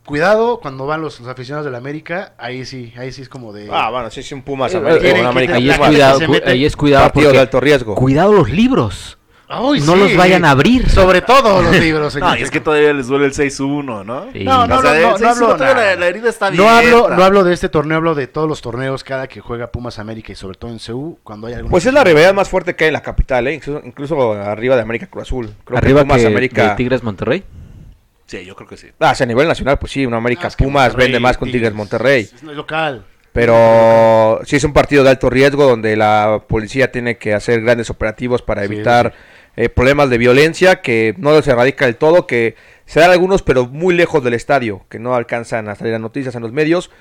cuidado cuando van los, los aficionados de la América, ahí sí, ahí sí es como de...
Ah, bueno, sí, sí, un Pumas
Eh,
América.
tienen
un
que
América
Ahí es
La
Pumas.
gente
cuidado,
se
cu-
mete.
ahí es cuidado
Partido de
porque...
alto riesgo.
Cuidado los libros.
¡Ay,
No
sí!
los vayan a abrir.
Sobre todo los libros, señor.
No, y es que todavía les duele el 6-1, ¿no?
Sí.
No, no,
O sea,
no,
el
no, no
6-1
hablo,
todavía
no,
la,
no.
la herida está
No hablo,
abierta.
no hablo de este torneo, hablo de todos los torneos cada que juega Pumas América y sobre todo en CU cuando hay algún
Pues es la rivalidad más fuerte que hay en la capital, ¿eh? incluso, incluso arriba de América Cruz Azul. Creo
Arriba
que Pumas
que
América.
de Tigres Monterrey.
Sí, yo creo que sí.
Ah, sí, a nivel nacional, pues sí, una América
Ah, es que
Pumas
Monterrey,
vende más con Tigres Monterrey.
Es local.
Pero sí es un partido de alto riesgo donde la policía tiene que hacer grandes operativos para
Sí,
evitar eh, problemas de violencia que no se erradica del todo, que se dan algunos pero muy lejos del estadio, que no alcanzan a salir las noticias en los medios.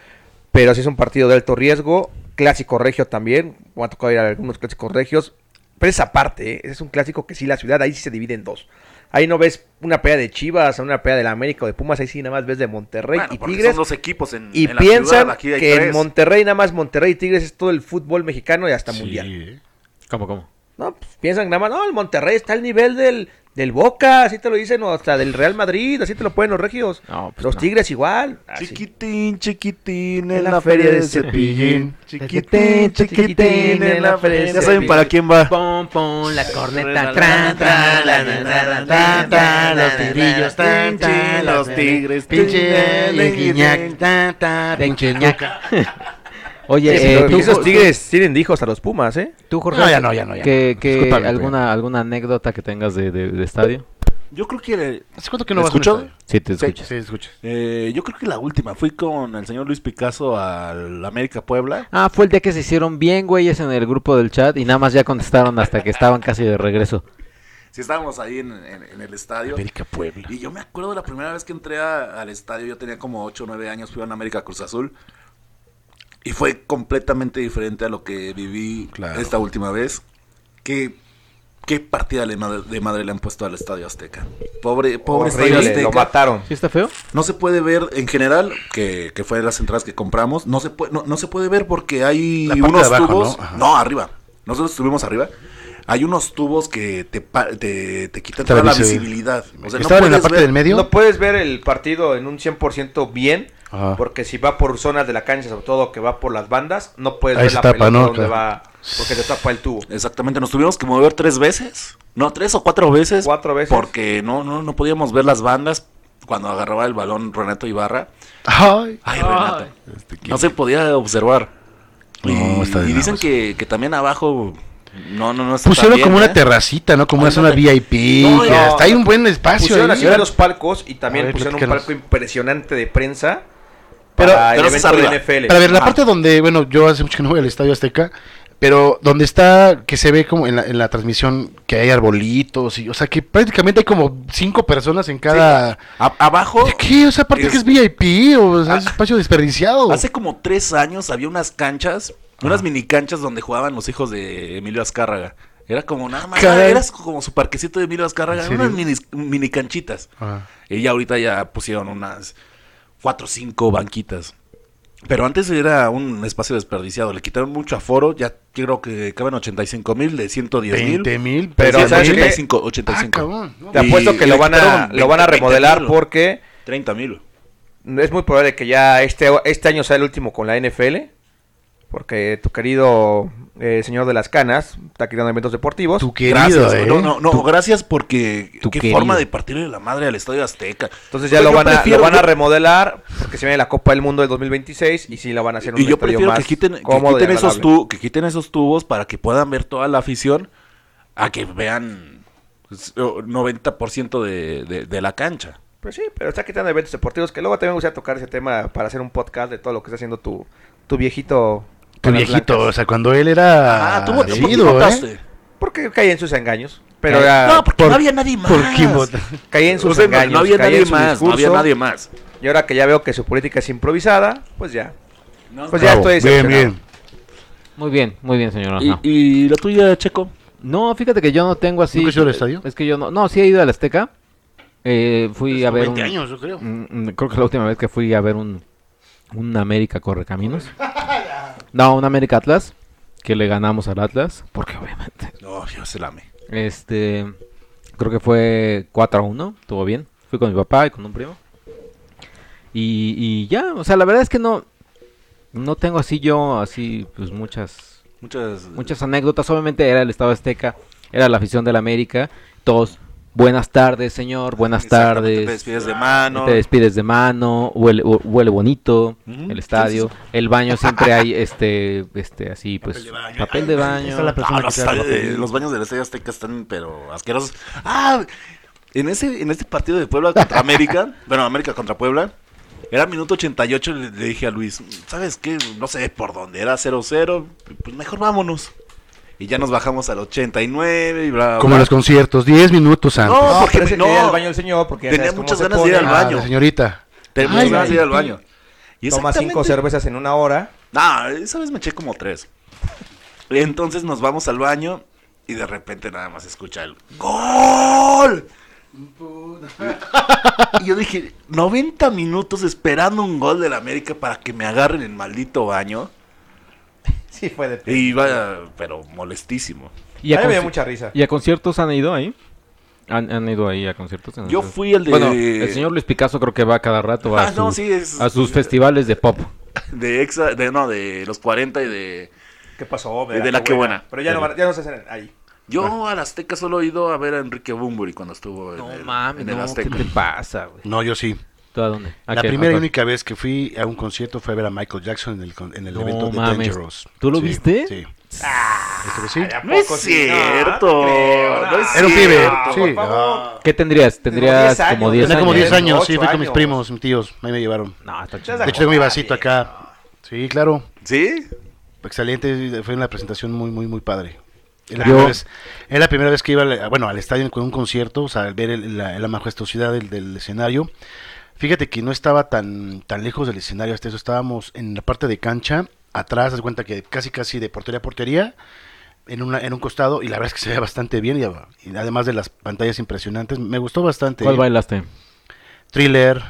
Pero sí es un partido de alto riesgo, clásico regio también, me ha tocado ir a algunos clásicos regios. Pero esa parte, ¿eh? Ese es un clásico que sí la ciudad ahí sí se divide en dos. Ahí no ves una pelea de Chivas, una pelea del América o de Pumas, ahí sí nada más ves de Monterrey
Bueno,
y
porque
Tigres.
Son dos equipos en,
Y
en la
piensan
ciudad, aquí hay
que en
tres.
Monterrey, nada más Monterrey y Tigres es todo el fútbol mexicano y hasta mundial.
¿Cómo, cómo?
No, pues, piensan nada más, no, el Monterrey está al nivel del, del Boca, así te lo dicen, o hasta del Real Madrid, así te lo ponen los regios.
No, pues
los
no.
Tigres igual. así.
Chiquitín, chiquitín,
ah, En la feria de
Cepillín.
Chiquitín, chiquitín, en la feria. Ya saben para quién va.
Pon, pon, la corneta.
Tran, tran, la, na, na, na, tan, tan, los tigrillos, tan, tan, los tigres,
Pinche
tin, tin,
Guiñac, ta, ta, pinche Ñaca.
Oye,
Sí,
eh,
pero
tú,
esos
tú-
Tigres tienen hijos a los Pumas, ¿eh?
tú, Jorge.
No, ya no, ya no, ya
¿qué-
no.
qué-
Discúlpame,
alguna, ¿Alguna anécdota que tengas de, de- de estadio?
Yo creo que.
¿Hace cuánto que no
¿Me
vas a un
escucho?
estadio?
Sí, te
Sí.
escuchas.
Sí, escuchas.
eh, yo creo que la última. Fui con el señor Luis Picasso al América Puebla.
Ah, fue el día que se hicieron bien, güeyes, en el grupo del chat y nada más ya contestaron hasta que estaban casi de regreso.
Sí, estábamos ahí en, en- en el estadio.
América Puebla.
Y yo me acuerdo de la primera vez que entré a- al estadio, yo tenía como 8 o 9 años, fui a un América Cruz Azul. Y fue completamente diferente a lo que viví
Claro.
esta última vez. ¿Qué, qué partida le madre- de madre le han puesto al Estadio Azteca? Pobre, pobre Estadio
Horrible, lo
Azteca.
mataron.
¿Sí está feo?
No se puede ver en general, que, que fue las entradas que compramos, no se, puede, no, no se puede ver porque hay
La parte
unos
de abajo,
tubos.
¿no?
¿no?
Ajá.
arriba. Nosotros estuvimos arriba. Hay unos tubos que te, pa- te, te quitan
Te la
toda la
visi-
visibilidad. O sea, no
¿Estaban en la
puedes
parte
ver-
del medio?
No puedes ver el partido en un 100% bien,
Ajá.
porque si va por zonas de la cancha, sobre todo que va por las bandas, no puedes
Ahí
ver
se
la
tapa,
pelota
¿no?
donde
Claro.
va, porque te tapa el tubo.
Exactamente, nos tuvimos que mover tres veces. No, tres o cuatro veces.
Cuatro veces.
Porque no, no, no podíamos ver las bandas cuando agarraba el balón Renato Ibarra.
Ay.
Ay, Renato. No se podía observar.
Este, No,
y,
está de
y dicen
nabos.
que, que también abajo. No, no, no está
Pusieron
tan bien,
Pues como
¿eh?
una terracita, ¿no? Como una
Ay,
zona
no,
VIP.
no,
que
no,
hasta hay un buen espacio.
Pusieron
ahí.
así varios palcos y
A
también
ver,
pusieron un
platícanos.
palco impresionante de prensa
Pero-
para
pero
el
eso es
evento de
arriba.
NFL.
Para ver, la
Ah.
parte donde, bueno, yo hace mucho que no voy al Estadio Azteca, pero donde está, que se ve como en la, en la transmisión que hay arbolitos, y, o sea, que prácticamente hay como cinco personas en cada...
A- abajo.
¿Qué? O sea, aparte que es Ah,
Es-
VIP, o sea, es espacio desperdiciado.
Hace como tres años había unas canchas, unas
Ah.
mini canchas donde jugaban los hijos de Emilio Azcárraga. Era como nada más,
Caray.
era como su parquecito de Emilio Azcárraga,
¿En
unas
serio?
mini, mini canchitas.
Ajá.
Y ya ahorita ya pusieron unas cuatro o cinco banquitas. Pero antes era un espacio desperdiciado. Le quitaron mucho aforo. Ya creo que caben 85 mil de 110 mil.
20 mil,
Pero,
pero...
¿sabes qué?
85,
Ah,
85.
cabrón. no,
Te
Y-
apuesto que
y
lo
le
van a,
quitaron
lo van a
20
remodelar
mil.
porque
30 mil.
es muy probable que ya este, este año sea el último con la NFL. Porque tu querido eh, señor de las canas está creando eventos deportivos.
Tu querido,
gracias,
¿eh?
No, no, no, gracias porque
tu
qué
querido.
forma de partirle la madre al Estadio Azteca.
Entonces ya
Pero
lo
yo
van, a,
prefiero-
lo van a
yo-
remodelar porque se viene la Copa del Mundo del 2026 y sí la van a hacer un
Y yo
estadio
prefiero que
más
quiten, que
cómodo y
quiten esos
agradable.
tubos, que quiten esos tubos para que puedan ver toda la afición a que vean pues, o- 90% de, de, de la cancha.
Pues sí, pero está quitando eventos deportivos que luego también me gustaría tocar ese tema para hacer un podcast de todo lo que está haciendo tu, tu viejito.
Tu
Canas
viejito,
Blancas.
o sea, cuando él era...
Ah, tú, vot- ¿por qué
chido,
votaste?
¿eh?
Porque caí en sus engaños. Pero ya-
No, porque
por-
no había nadie más.
¿Por qué vota?
caí en sus
O sea, no-
engaños.
no había
caí en
nadie
su
más, no había
discurso,
nadie más.
Y ahora que ya veo que su política es improvisada, pues ya. Pues ya
Bravo,
estoy
Bien,
decepcionado.
bien.
Muy bien, muy bien, señor.
¿Y,
Arnau.
y la tuya, Checo?
No, fíjate que yo no tengo así.
¿Nunca has ido al estadio?
Es que yo no. No, sí he ido al Azteca. Eh, fui
Pues
a ver. un-
yo creo.
Mm, mm, creo que la última vez que fui a ver un, un América
<laughs>
Correcaminos. No, un América Atlas. Que le ganamos al Atlas. Porque obviamente.
No, yo se lame.
Este. Creo que fue 4 a 1. Estuvo bien. Fui con mi papá y con un primo. Y, y ya. O sea, la verdad es que no. No tengo así yo, así, pues muchas
Muchas,
muchas anécdotas. Obviamente era el Estado Azteca, era la afición del América. Todos, buenas tardes, señor, buenas
Exactamente, Te
tardes.
despides de mano.
Te despides de mano, huele, hu- huele bonito
Ujú,
el estadio, el baño siempre hay este, este así pues papel de baño.
Está la persona
Ah,
que
los,
se arma
estadios-
con-
los baños del Estadio Azteca están, pero asquerosos. Ah, en ese, en este partido de Puebla contra
<laughs>
América, bueno, América contra Puebla, era minuto 88. Le, le dije a Luis, ¿sabes qué? No sé por dónde, era 0-0, pues mejor vámonos. Y ya nos bajamos al 89 y bla, bla,
Como
bla.
los conciertos, 10 minutos antes.
No,
No,
porque
pero ese
no.
quería ir al baño del señor porque ya
Tenía
sabes cómo
muchas
se
ganas de ir
pone.
al baño.
Ah, la señorita.
Tenemos
Ay,
ganas de ir al
ay,
baño. Y
Toma cinco
exactamente-
cervezas en una hora. <laughs>
Nah, esa vez me eché como tres. Y entonces nos vamos al baño y de repente nada más escucha el ¡Gol! Y yo dije, 90 minutos esperando un gol del América para que me agarren el maldito baño.
Sí, fue de
Y iba, pero molestísimo.
Y
a mí
a,
me dio
conci-
mucha risa.
y a conciertos han ido ahí. Han, han ido ahí a conciertos.
Yo fui al de...
Bueno, el señor Luis Picasso creo que va cada rato a,
Ah, no,
sus-
sí, es-
a sus festivales de pop.
De Exa, de, no, de los 40 y de...
¿Qué pasó?
Y de la
qué
que buena.
Pero ya no, van- ya no se hacen ahí.
Ah.
Yo al Azteca solo he ido a ver a Enrique Bumburi cuando estuvo en,
No
el,
mames,
en el
no, ¿qué
Azteca.
te pasa, güey?
No, yo sí.
¿Tú a dónde? ¿A
la
qué? ¿A
primera y
cuál?
única vez que fui a un concierto fue a ver a Michael Jackson en el, con- en el
No
evento de
mames.
Dangerous.
¿Tú lo
Sí,
viste?
Sí. Este que sí.
Ay, ¿a
No es
poco sí? No,
cierto,
no te creo,
no
no.
es
Era un pibe,
Ah,
sí.
por favor.
Ah.
¿Qué tendrías? Tendrías
10 años,
como 10
tenía
Tenía como 10
años,
años, sí, fui
ocho
con mis
años.
primos, mis tíos, ahí me llevaron.
No, está
Chas-
chido.
De hecho, tengo mi vasito acá. Sí, claro.
¿Sí?
Excelente, fue una presentación muy, muy, muy padre. Es la,
Yo-
primera vez, es la primera vez que iba al, bueno, al estadio con un concierto, o sea, al ver el- la, la majestuosidad del, del escenario. Fíjate que no estaba tan, tan lejos del escenario, hasta eso estábamos en la parte de cancha, atrás, haz cuenta que casi casi de portería a portería, en, una, en un costado, y la verdad es que se ve bastante bien, y, y además de las pantallas impresionantes, me gustó bastante. ¿eh?
¿Cuál bailaste?
Thriller,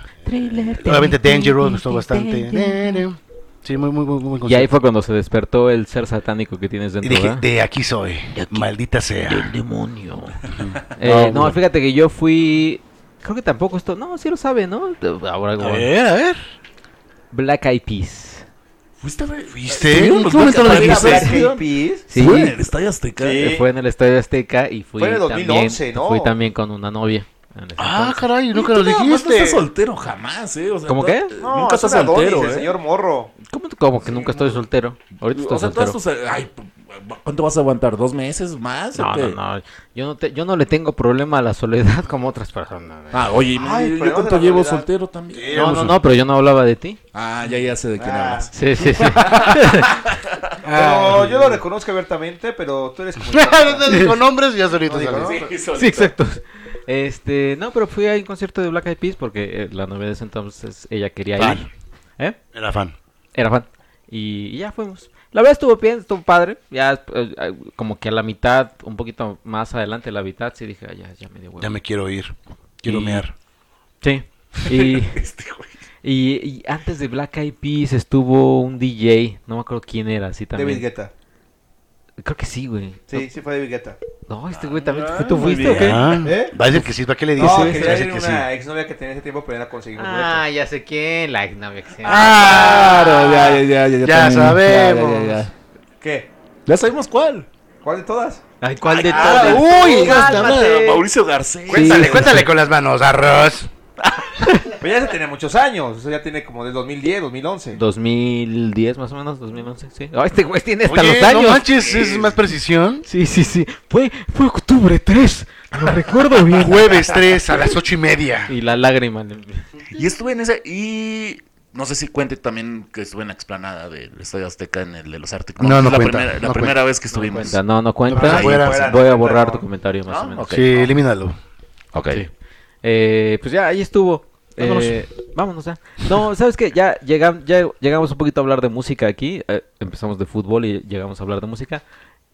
obviamente Dangerous, me gustó bastante. Sí, muy, muy, muy, muy
Y ahí
concierto.
fue cuando se despertó el ser satánico que tienes
Y
dentro,
dije,
¿verdad?
de aquí soy, maldita sea.
demonio. Eh, no,
No,
fíjate que yo fui. Creo que tampoco esto. No, sí lo sabe, ¿no? De- Ahora como-
a ver.
Black Eyed Peas.
¿Fuiste?
¿Viste?
¿En
¿En qué momento lo
Mira,
dijiste?
Black Eyed Peas.
Sí.
¿Fue en el Estadio Azteca?
Sí.
Eh, Fue en el Estadio Azteca y fui.
Fue en el 2011,
también,
¿no?
Fui también con una novia. en ese
Ah,
entonces.
caray, nunca
Tú
lo
nada más No
dijiste.
estás soltero jamás, ¿eh? O sea,
¿Cómo
tú-
qué?
No,
nunca
es
estás
un Adonis,
soltero,
el
¿eh?
señor morro.
¿Cómo como que nunca estoy soltero? Ahorita estoy
O sea,
soltero.
todas tus... Ay, ¿cuánto vas a aguantar? ¿Dos meses más? o
No,
qué?
no, no. Yo no, te- yo no le tengo problema a la soledad <laughs> como otras personas. ¿eh?
Ah, oye,
Ay,
yo-
pero
yo
no
cuánto
de la
llevo
realidad.
soltero también.
No, no, no, pero yo no hablaba de ti.
Ah, ya, ya sé de quién
Ah.
hablas.
Sí, sí, sí.
Pero yo lo reconozco abiertamente, pero
<laughs>
tú eres como...
Con nombres ya solito.
No digo,
sale.
¿no?
Sí, exacto. Este, no, pero fui a un concierto de Black Eyed Peas porque eh, la novia de ese entonces ella quería
Fan.
ir. ¿Eh?
Era fan.
Era fan. Y, y ya fuimos. La verdad estuvo bien, estuvo padre. Ya eh, eh, como que a la mitad, un poquito más adelante de la mitad, sí dije, "Ah, ya, ya me dio huevo".
Ya me quiero ir. Quiero
Y-
mear.
Sí. Y, y, y antes de Black Eyed Peas estuvo un DJ, no me acuerdo quién era, sí
David
también.
Guetta.
Creo que sí, güey.
Sí, sí fue David Guetta.
No, este güey también,
Ah,
fue- ¿tú
muy
fuiste o
bien.
qué?
Ah,
¿Eh?
Va a decir que sí, ¿para qué le dices?
No,
Va a
quería
decir
ir
que sí.
una exnovia que tenía ese tiempo, pero era conseguir un
Ah, ya sé quién, la novia que se Ah.
Claro, ya, ya, ya, ya.
Ya
también.
sabemos.
Ya, ya, ya.
boleto. ¿Qué?
Ya sabemos cuál.
¿Cuál de todas?
Ay, ¿cuál de
Ah,
todas?
uy,
cálmate.
Mauricio Garcés.
Cuéntale, cuéntale con las manos, arroz.
Pues ya se tenía muchos años, eso ya tiene como del 2010, 2011.
2010 más o menos, 2011, sí. Ay, este güey tiene hasta
Oye,
los años.
no manches, es más precisión.
Sí, sí, sí. Fue, fue octubre 3. Lo recuerdo bien.
Jueves 3 a las 8 y media.
<laughs> Y la lágrima.
Y estuve en ese. Y no sé si cuente también que estuve en la explanada del Estadio Azteca en el de los Árticos.
No, no
Es la
cuenta,
primera, la
no
primera
cuenta.
vez que
No
estuvimos.
cuenta, no, no
No,
cuenta.
no cuenta,
Voy a
no
borrar
cuenta,
tu
no.
comentario más
Ah,
o menos.
ok.
Sí, elimínalo.
ok.
Sí. Eh, pues ya, ahí estuvo.
Vámonos.
Eh, vámonos ya. No, ¿sabes qué? Ya, llegam- ya llegamos un poquito a hablar de música aquí. Eh, empezamos de fútbol y llegamos a hablar de música.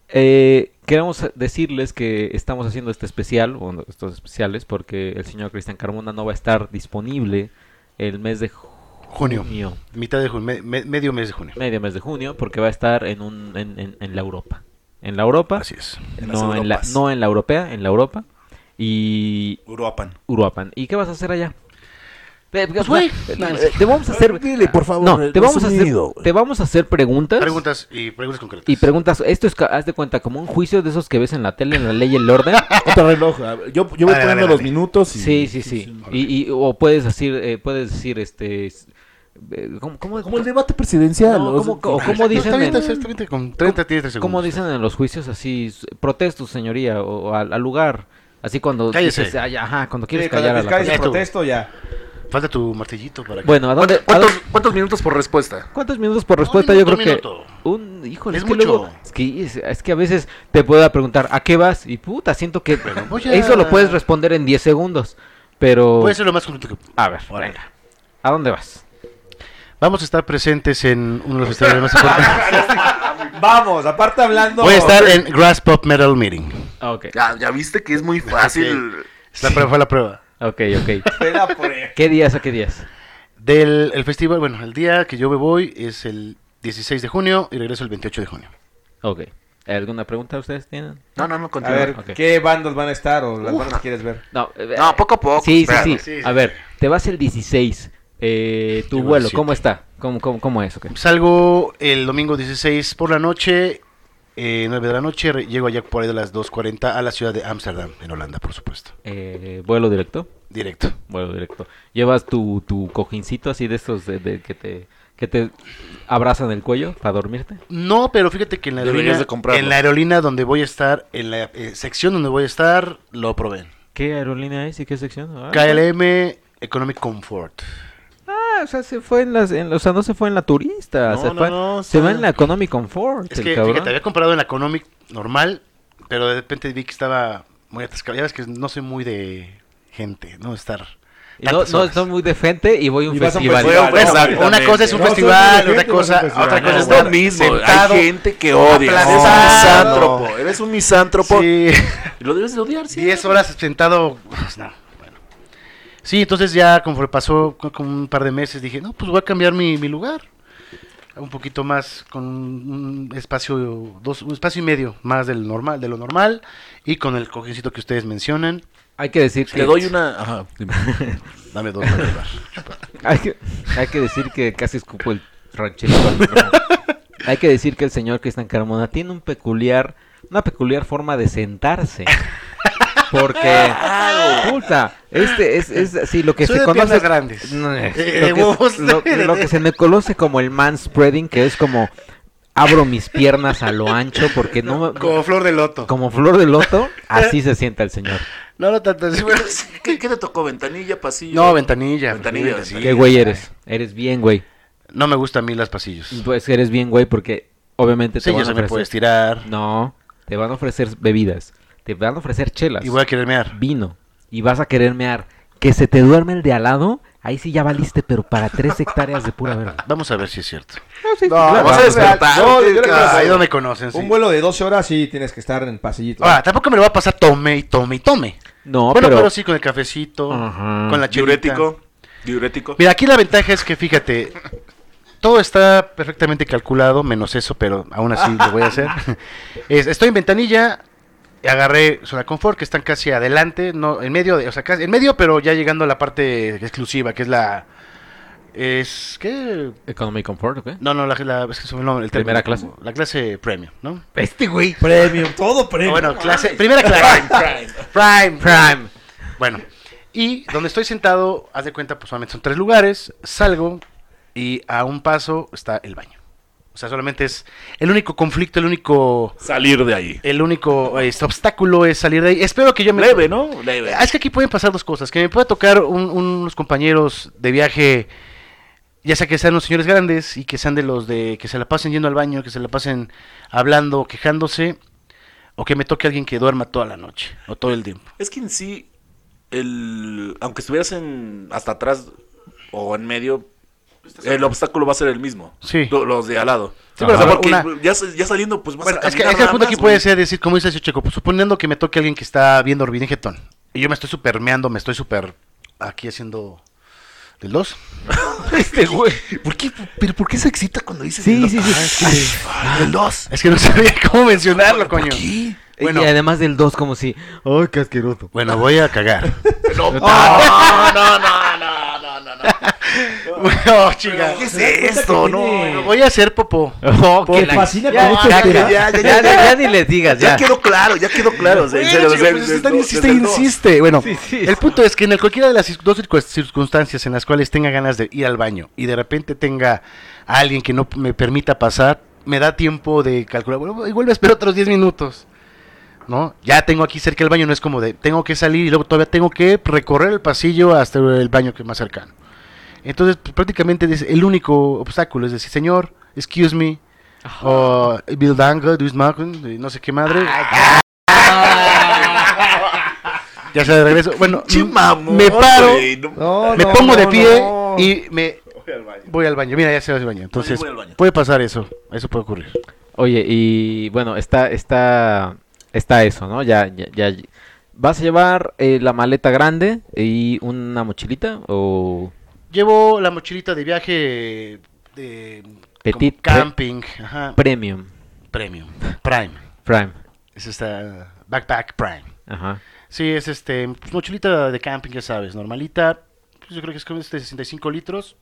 Eh, queremos decirles que estamos haciendo este especial, bueno, estos especiales, porque el señor Cristian Carmona no va a estar disponible el mes de
Junio.
junio,
Mitad de junio, me- me- medio mes de junio.
medio mes de junio, porque va a estar en, un, en, en- en la Europa. En la Europa,
Así es.
en las
no, en la,
Europas.
no en la europea, en la Europa. Y,
Uruapan.
Uruapan. ¿Y qué vas a hacer allá? Pues, Ve, ve,
Eh, pues, güey,
ve, te vamos a hacer
Dile, por favor,
no, te vamos a hacer
resumido, güey.
te vamos a hacer preguntas,
Preguntas y preguntas concretas.
y preguntas esto es ca- haz de cuenta como un juicio de esos que ves en la tele en la ley y
<laughs>
el orden
Otro reloj. a ver, Yo, yo voy
Dale,
poniendo
dale,
los
dale.
minutos. y-
sí sí sí, Y, y- o puedes decir eh, puedes decir este s- eh, cómo cómo,
Como el debate presidencial.
No,
o
como-
sea,
o como
Ah, No,
dicen
está bien,
en-
está bien, está bien, con 30, 30 segundos.
cómo dicen en los juicios así s- protesto señoría o, o al, al lugar así cuando
Cállese.
dices, ay, ajá cuando quieres
Sí, cuando
callar a
el
la
fiscal dice
persona.
Ya tú.
protesto ya.
Falta tu martillito para que-
bueno a dónde a
¿Cuántos,
dónde-
cuántos minutos por respuesta?
¿Cuántos minutos por
Un
respuesta?
minuto,
Yo creo
un minuto.
que. Un, híjole,
Es
es que
mucho.
luego. Es que, es, es que a veces te pueda preguntar, ¿a qué vas? Y puta, siento que.
voy a-
Eso lo puedes responder en 10 segundos. Pero.
Puede ser lo más concreto que.
A ver,
Órale.
venga. ¿A dónde vas?
Vamos a estar presentes en uno de los
<laughs>
festivales más importantes.
Vamos, aparte hablando.
Voy a estar en Grass Pop Metal Meeting.
Ah, ok.
Ya, ya viste que es muy fácil.
La prueba fue la prueba.
Ok, ok.
Espera por él.
¿Qué días a qué días?
Del el festival, bueno, el día que yo me voy es el 16 de junio y regreso el 28 de junio.
Ok. ¿Alguna pregunta ustedes tienen?
No, no, no,
A
continúa.
ver,
Ok.
¿qué bandas van a estar o las bandas que quieres ver?
No, eh,
No, poco a poco.
Sí, sí,
espérate.
sí,
Sí, sí,
A ver, te vas el 16. Eh, tu
Llego el
vuelo,
siete.
¿cómo está? ¿Cómo, cómo, cómo es? Ok.
Salgo el domingo 16 por la noche, eh, 9 de la noche, re- llego allá por ahí de las 2.40 a la ciudad de Ámsterdam, en Holanda, por supuesto.
Eh, ¿Vuelo directo?
Directo.
Bueno, directo. Llevas tu, tu cojincito así de estos de, de que te que te abrazan el cuello para dormirte.
No, pero fíjate que en la
Deberías
aerolínea,
de comprarlo.
en la aerolínea donde voy a estar, en la eh, sección donde voy a estar, lo proveen.
¿Qué aerolínea es y qué sección? Ah,
E. KLM Economic Comfort.
Ah, o sea, se fue en las, en- o sea, no se fue en la turista,
No,
se
no,
fue,
no, o
se
sea-
va en la Economy Comfort,
Es
el
que,
cabrón.
fíjate, había comprado en la Economic normal, pero de repente vi que estaba muy atascado. Ya ves que no soy muy de gente, ¿no? Estar...
Y no,
tantas
no,
horas.
estoy muy de frente y voy a un
Y vas a un
festival.
festival,
Pues,
Exactamente.
una cosa es un
No,
festival,
soy
otra
gente,
cosa,
no soy
otra cosa
festival. No,
es
es
estar
lo mismo.
sentado.
Hay gente que odia. Eres un
aplastado.
misántropo. Eres un misántropo.
Sí.
Y lo debes de odiar, <laughs> sí.
10 horas sentado. pues, no, bueno. Sí, entonces ya conforme pasó co- como un par de meses, dije, no, pues voy a cambiar mi, mi lugar. a Un poquito más, con un un espacio, dos, un espacio y medio más del normal, de lo normal, y con el cojincito que ustedes mencionan.
Hay que decir que
Le doy una. Ajá. dime.
Dame dos para llevar.
hay, que, hay que decir que casi escupo el ranchero. al micrófono. hay que decir que el señor Cristian Carmona tiene un peculiar, una peculiar forma de sentarse. Porque, puta, este es, es sí, lo que
Soy
se
de
conoce.
piernas grandes.
No,
Eh,
es-
de
lo, que,
huevos, <laughs>
lo-
de-
lo que se me conoce como el man spreading, que es como abro mis piernas a lo ancho porque no,
Como flor de loto.
como flor de loto, así se sienta el
<laughs>
señor.
No, no
<laughs>
tanto. así, bueno, sí.
¿Qué, qué te tocó? ¿Ventanilla, pasillo?
No, ventanilla.
Ventanilla,
ventanilla, sí.
ventanilla.
¿Qué güey eres? Eres bien, güey.
No me gustan a mí las pasillos.
Pues eres bien, güey, porque obviamente te
Sí,
van
ya
a
se me puede
ofrecer.
estirar.
No, te van a ofrecer bebidas, te van a ofrecer chelas,
Y voy a querer mear.
vino, y vas a querer mear. Que se te duerme el de al lado, ahí sí ya valiste, pero para tres hectáreas de pura verga.
Vamos a ver si es cierto.
claro,
vas a
vamos
despertar.
No,
Te-
yo creo que-
Ahí donde me conocen, sí. Ah,
Un vuelo de 12 horas sí tienes que estar en el pasillito.
Ahora, tampoco me lo va a pasar tome y tome y tome.
No,
bueno, pero...
pero,
sí con el cafecito,
Ajá.
con la chelita.
Diurético. Diurético.
Mira, aquí la ventaja es que fíjate, todo está perfectamente calculado, menos eso, pero aún así lo voy
<laughs>
a hacer. Es- estoy en ventanilla, agarré zona confort que están casi adelante, no, en medio, de, o sea, casi, en medio, pero ya llegando a la parte exclusiva, que es la es ¿qué?
Economy Comfort, ¿ok?
No, no, la, la- es que se me- no, el término.
¿Primera clase?
La clase premium, ¿no?
Este güey.
Premium, todo premium.
bueno, clase, primera clase. prime. Prime. Bueno, y donde estoy sentado, haz de cuenta, pues solamente son tres lugares, salgo y a un paso está el baño. O sea, solamente es el único conflicto, el único,
Salir de ahí.
el único este, obstáculo es salir de ahí. Espero que yo me...
Leve, ¿no? Leve.
Ah, Es que aquí pueden pasar dos cosas, que me pueda tocar un- unos compañeros de viaje, ya sea que sean los señores grandes y que sean de los de que se la pasen yendo al baño, que se la pasen hablando, quejándose, o que me toque alguien que duerma toda la noche o todo el tiempo.
Es que en sí, el, aunque estuvieras en, hasta atrás o en medio, el obstáculo va a ser el mismo.
Sí.
Lo- Los de al lado. Sí,
Ajá.
pero o sea, porque
Una-
ya, sa- ya saliendo, pues vas
Bueno,
a
es que,
caminar
es que el
nada
punto aquí
más,
puede
güey.
ser decir, como dice ese Checo, pues, suponiendo que me toque alguien que está viendo Orbinejetón y yo me estoy supermeando, me estoy super aquí haciendo del
<laughs>
dos.
Este güey.
¿Por qué, ¿Pero por qué se excita cuando dices
Sí,
el
sí,
dos?
sí.
Ah, el dos.
Es que no sabía cómo mencionarlo,
¿Por
coño.
qué?
Y además del 2 como si, ay, qué asqueroso.
Bueno, voy a cagar.
No, no,
Ah,
no, no, no, no, no, no.
no, chica.
¿Qué es esto? No,
Bueno, voy a hacer popó.
Oh,
Por
que la-
fascina
ya,
con
ya,
mucho
ya,
cuidado.
ya, ya, ya, ya ni les digas,
Ya
ya.
quedó claro, ya quedó claro. o sea, en
Bueno,
serio,
chica,
desde-
pues,
desde
están-
el dos-
insiste,
desde el dos.
insiste. Bueno,
Sí, sí.
el punto es que en el- cualquiera de las cir- dos circu- circunstancias en las cuales tenga ganas de ir al baño y de repente tenga a alguien que no me permita pasar, me da tiempo de calcular. Bueno, igual me espero otros 10 minutos. ¿No? Ya tengo aquí cerca el baño, no es como de tengo que salir y luego todavía tengo que recorrer el pasillo hasta el baño que es más cercano. Entonces, pues, prácticamente es el único obstáculo es decir, señor, excuse me, o Bill Dango, Luis Macken, no sé qué madre.
Ah,
<laughs> Ya se de regreso. Bueno,
Che, mamón,
me paro,
güey, no-
me pongo de pie y me voy al baño. Mira, ya se va al baño. Entonces,
voy al baño.
puede pasar eso. Eso puede ocurrir.
Oye, y bueno, está, está, está eso, ¿no? Ya, ya, ya. ¿Vas a llevar eh, la maleta grande y una mochilita o...?
Llevo la mochilita de viaje de
Petit
como camping, ajá,
Premium.
premium, prime.
Prime.
Es esta backpack prime.
Ajá.
Sí, es este, pues, mochilita de camping, ya sabes, normalita. pues, Yo creo que es como este 65 litros.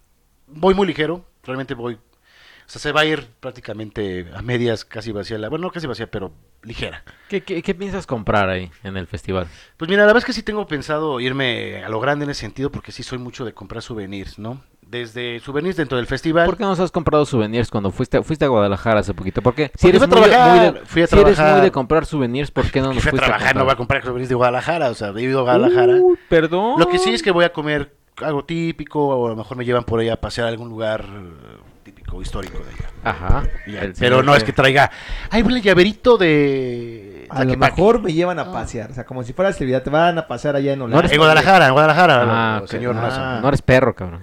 Voy muy ligero, realmente voy. O sea, se va a ir prácticamente a medias, casi vacía. La, bueno, no casi vacía, pero ligera.
¿Qué, qué, qué piensas comprar ahí en el festival?
Pues mira, la verdad es que sí tengo pensado irme a lo grande en ese sentido, porque sí soy mucho de comprar souvenirs, ¿no? Desde souvenirs dentro del festival.
¿Por qué no has comprado souvenirs cuando fuiste, fuiste a Guadalajara hace poquito? Porque
Porque
si eres,
fui a
muy, de-
trabajar,
muy de,
fui a
si eres
trabajar.
muy de comprar souvenirs, ¿por qué no nos
fui a
fuiste
trabajar, no voy a
comprar? Uh,
comprar souvenirs de Guadalajara, o sea, he ido a Guadalajara.
Uy, perdón.
Lo que sí es que voy a comer algo típico, o a lo mejor me llevan por ahí a pasear a algún lugar eh, típico, histórico de allá.
Ajá.
Y ya,
El
pero
señor
no es que traiga, ay, huele el llaverito de...
A lo
Tlaquepaque".
mejor me llevan a pasear. O sea, como si fuera celebridad. Te van a pasear allá en Holanda.
En Guadalajara, en Guadalajara,
Ah,
lo-
ok.
señor
Ah.
Raza.
No eres perro, cabrón.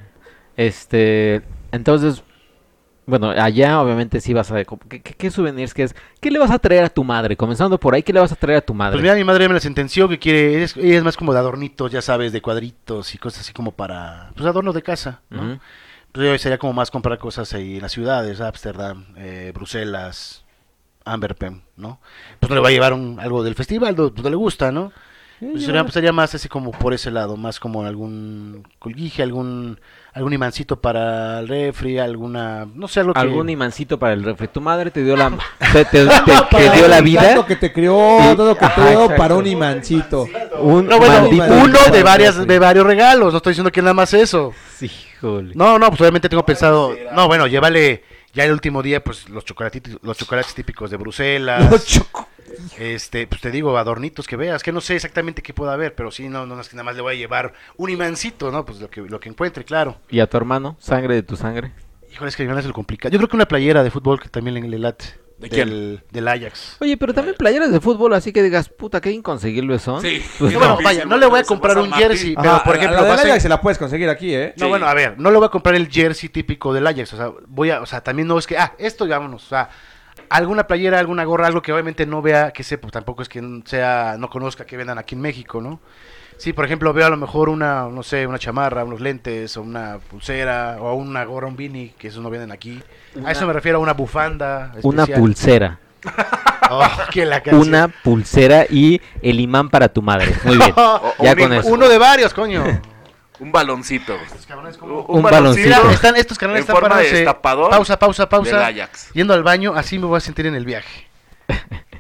Este, entonces, bueno, allá obviamente sí vas a... ¿Qué, qué, qué souvenirs que es? ¿Qué le vas a traer a tu madre? Comenzando por ahí, ¿qué le vas a traer a tu madre?
Pues mira, mi madre ya me la sentenció que quiere, es, ella es más como de adornitos, ya sabes, de cuadritos y cosas así como para, pues adorno de casa, ¿no?
Ujú.
Pues yo sería como más comprar cosas ahí en las ciudades, Ámsterdam, eh, Bruselas, Amberpem, ¿no? Pues no le va a llevar un- algo del festival, no, pues no le gusta, ¿no? Pues sería, pues sería más así como por ese lado, más como algún colguije, algún algún imancito para el refri, alguna, no sé, algo que...
Algún imancito para el refri. Tu madre te <laughs> dio la... te, te- te-
Ah,
que dio la vida.
Todo que te crió,
Sí,
todo lo que
ajá,
te dio
exacto.
para un imancito.
Un
No, bueno,
maldito
imancito
uno
para
de
el
varias,
refri.
de varios regalos, no estoy diciendo que nada más eso.
Híjole.
No, no, pues obviamente tengo pensado. No, bueno, llévale ya el último día, pues los chocolatitos, los chocolates típicos de Bruselas. este, pues te digo, adornitos que veas, que no sé exactamente qué pueda haber, pero sí, no, no es que nada más le voy a llevar un imancito, ¿no? Pues lo que, lo que encuentre, claro.
¿Y a tu hermano? ¿Sangre de tu sangre?
Híjole, es que ganas el complicado. Yo creo que una playera de fútbol que también le, le late.
¿De
del, del Ajax.
Oye, pero también playeras de fútbol, así que digas, puta, qué inconseguibles son.
Sí.
Pues
Que
no.
bueno, vaya, no le voy a comprar un jersey, pero por ejemplo,
la,
va a ser-
se la puedes conseguir aquí, ¿eh?
No, bueno, a ver, no le voy a comprar el jersey típico del Ajax, o sea, voy a, o sea, también no es que, ah, esto, y vámonos, o sea, alguna playera, alguna gorra, algo que obviamente no vea, que sepa, pues tampoco es que n- sea, no conozca que vendan aquí en México, ¿no? Sí, por ejemplo, veo a lo mejor una, no sé, una chamarra, unos lentes, o una pulsera, o una gorra, un beanie, que esos no vienen aquí. A eso me refiero a una bufanda.
Una
especial.
pulsera.
<laughs> Oh, que la canción.
Una pulsera y el imán para tu madre. Muy <laughs>
<laughs>
bien. ya con eso.
Uno de varios, coño.
Un baloncito.
Un baloncito.
Mira,
<laughs>
están, estos canales
En
están
forma de
parándose.
destapador
Pausa, pausa, pausa.
del Ajax.
Yendo al baño, así me voy a sentir en el viaje.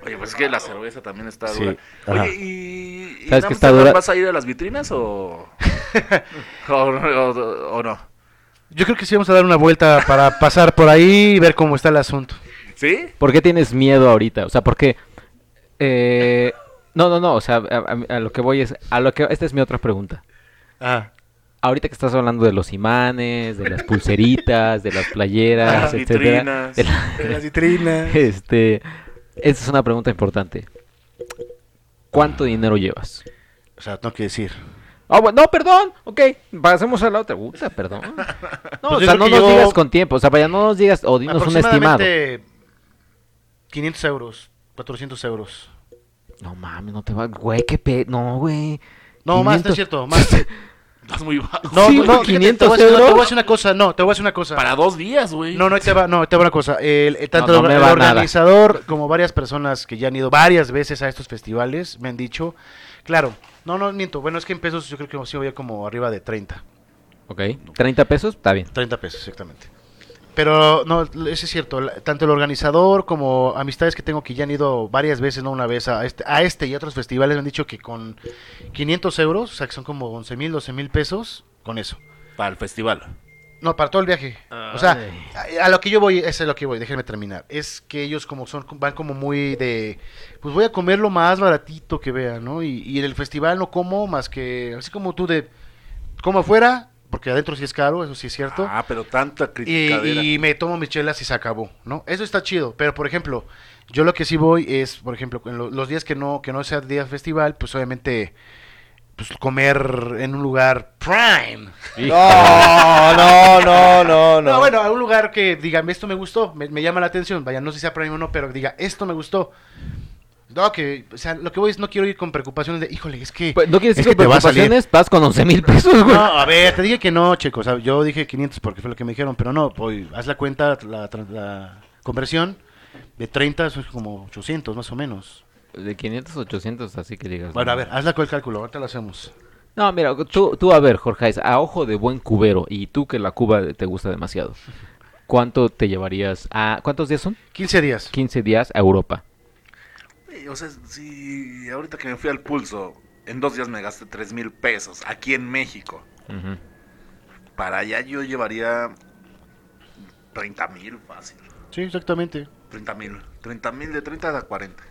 Oye, pues es que la cerveza también está
Sí,
dura.
ajá.
Oye, ¿y, y
¿Sabes
en
que está
Amsterdam
dura?
vas a ir a las vitrinas o, o, o- o no?
Yo creo que sí vamos a dar una vuelta para pasar por ahí y ver cómo está el asunto.
¿Sí?
¿Por qué tienes miedo ahorita? O sea, porque... Eh, no, no, no. O sea, a, a- a lo que voy es... A lo que, esta es mi otra pregunta.
Ah.
Ahorita que estás hablando de los imanes, de las pulseritas, de las playeras,
Las
etcétera, <laughs>
vitrinas.
de la-
Las vitrinas.
Este, esta es una pregunta importante. ¿Cuánto dinero llevas?
O sea, tengo que decir.
Ah, bueno, no, perdón. Ok, pasemos a la otra. Puta,
<laughs>
perdón. No,
Pues yo
o sea,
creo
no
que
nos
yo-
digas con tiempo. O sea, vaya, no nos digas o dinos un estimado.
Aproximadamente 500 euros, 400 euros.
No mames, no te va. Güey, qué pe. No, güey.
No, más,
500.
no es
<laughs>
cierto. Más.
Estás muy bajo.
No,
Sí,
no,
güey,
no,
500
te, voy a decir- no, te voy a
euros.
decir una cosa. No, te voy a decir una cosa.
Para dos días, güey.
No, no, ahí te va, no, ahí te va una cosa. El, el- tanto
No, no
el-
me
el
va nada.
organizador como varias personas que ya han ido varias veces a estos festivales me han dicho, claro, no, no, miento, bueno, es que en pesos yo creo que sí voy a como arriba de 30,
Ok, 30 pesos, está bien.
30 pesos exactamente. Pero no, eso es cierto, la- tanto el organizador como amistades que tengo que ya han ido varias veces, no una vez, a este, a este y a otros festivales me han dicho que con 500 euros, o sea que son como 11 mil, 12 mil pesos, con eso.
Para el festival.
No, para todo el viaje. O sea, a, a lo que yo voy, eso es a lo que voy, déjenme terminar. Es que ellos como son, van como muy de, pues voy a comer lo más baratito que vea, ¿no? Y, y en el festival no como más que, así como tú de, como afuera, porque adentro sí es caro, eso sí es cierto.
Ah, pero tanta
Y,
criticadera.
y me tomo mis chelas y se acabó, ¿no? Eso está chido, pero por ejemplo, yo lo que sí voy es, por ejemplo, en lo- los días que no que no sea día festival, pues obviamente pues comer en un lugar prime.
No, no, no, no,
No,
no.
bueno, a un lugar que diga, esto me gustó, me, me llama la atención, vaya, no sé si sea prime o no, pero diga, esto me gustó. No, que, o sea, lo que voy es, no quiero ir con preocupaciones de, híjole, es que...
Pues, ¿No quieres
es
decir que
te va a salir.
preocupaciones? Vas con 11 mil pesos, güey.
No, a ver, te dije que no, chicos, o sea, yo dije 500 porque fue lo que me dijeron, pero no, pues, haz la cuenta, la, tran- la conversión de 30 son como 800 más o menos.
De 500, 800, así que digas.
Bueno,
no.
a ver, haz la cu- el cálculo, ahorita lo hacemos.
No, mira, tú, tú a ver, Jorge, a ojo de buen cubero y tú que la Cuba te gusta demasiado. ¿Cuánto te llevarías a... ¿Cuántos días son?
15 días.
15 días a Europa.
Sí, O sea, si ahorita que me fui al pulso, en dos días me gasté 3 mil pesos aquí en México.
Ujú.
Para allá yo llevaría 30 mil, fácil.
Sí, exactamente.
30 mil. 30 mil de 30 a 40.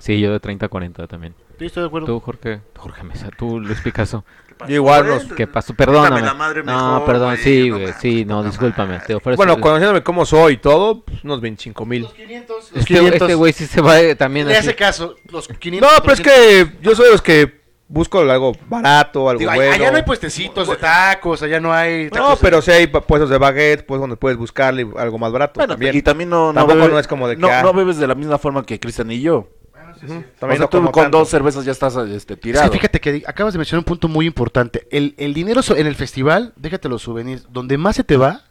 Sí, yo de 30 a 40 también.
Sí, estoy de acuerdo.
Tú, Jorge, Jorge Mesa, tú, Luis
<laughs>
Picasso.
¿Qué pasó?
Yo igual,
Pues,
¿Qué pasó? Perdóname.
la madre
no,
mejor,
perdón,
güey,
sí,
no
güey.
mames,
sí,
puta
no,
madre.
discúlpame. Te ofrezco.
Bueno, conociéndome cómo soy y todo, pues, unos 25 mil.
500, los
Este
500.
este güey sí se va eh, también
le
así. pues
hace caso. Los
No,
500.
pero es que yo soy de los que busco algo barato, algo
Digo,
bueno.
Allá no hay puestecitos de tacos, allá no hay. Tacos
No, pero sí hay pa- puestos de baguette, pues donde puedes buscarle algo más barato
Bueno,
también.
y también no, no,
Tampoco no es como de que,
no,
ah.
no bebes de la misma forma que Cristian y yo.
También
o sea,
no
tú
como
con
tanto. <laughs>
dos cervezas ya estás este,
Es
tirado.
que fíjate que di- acabas de mencionar un punto muy importante. El, el dinero so- en el festival, déjate los souvenirs, donde más se te va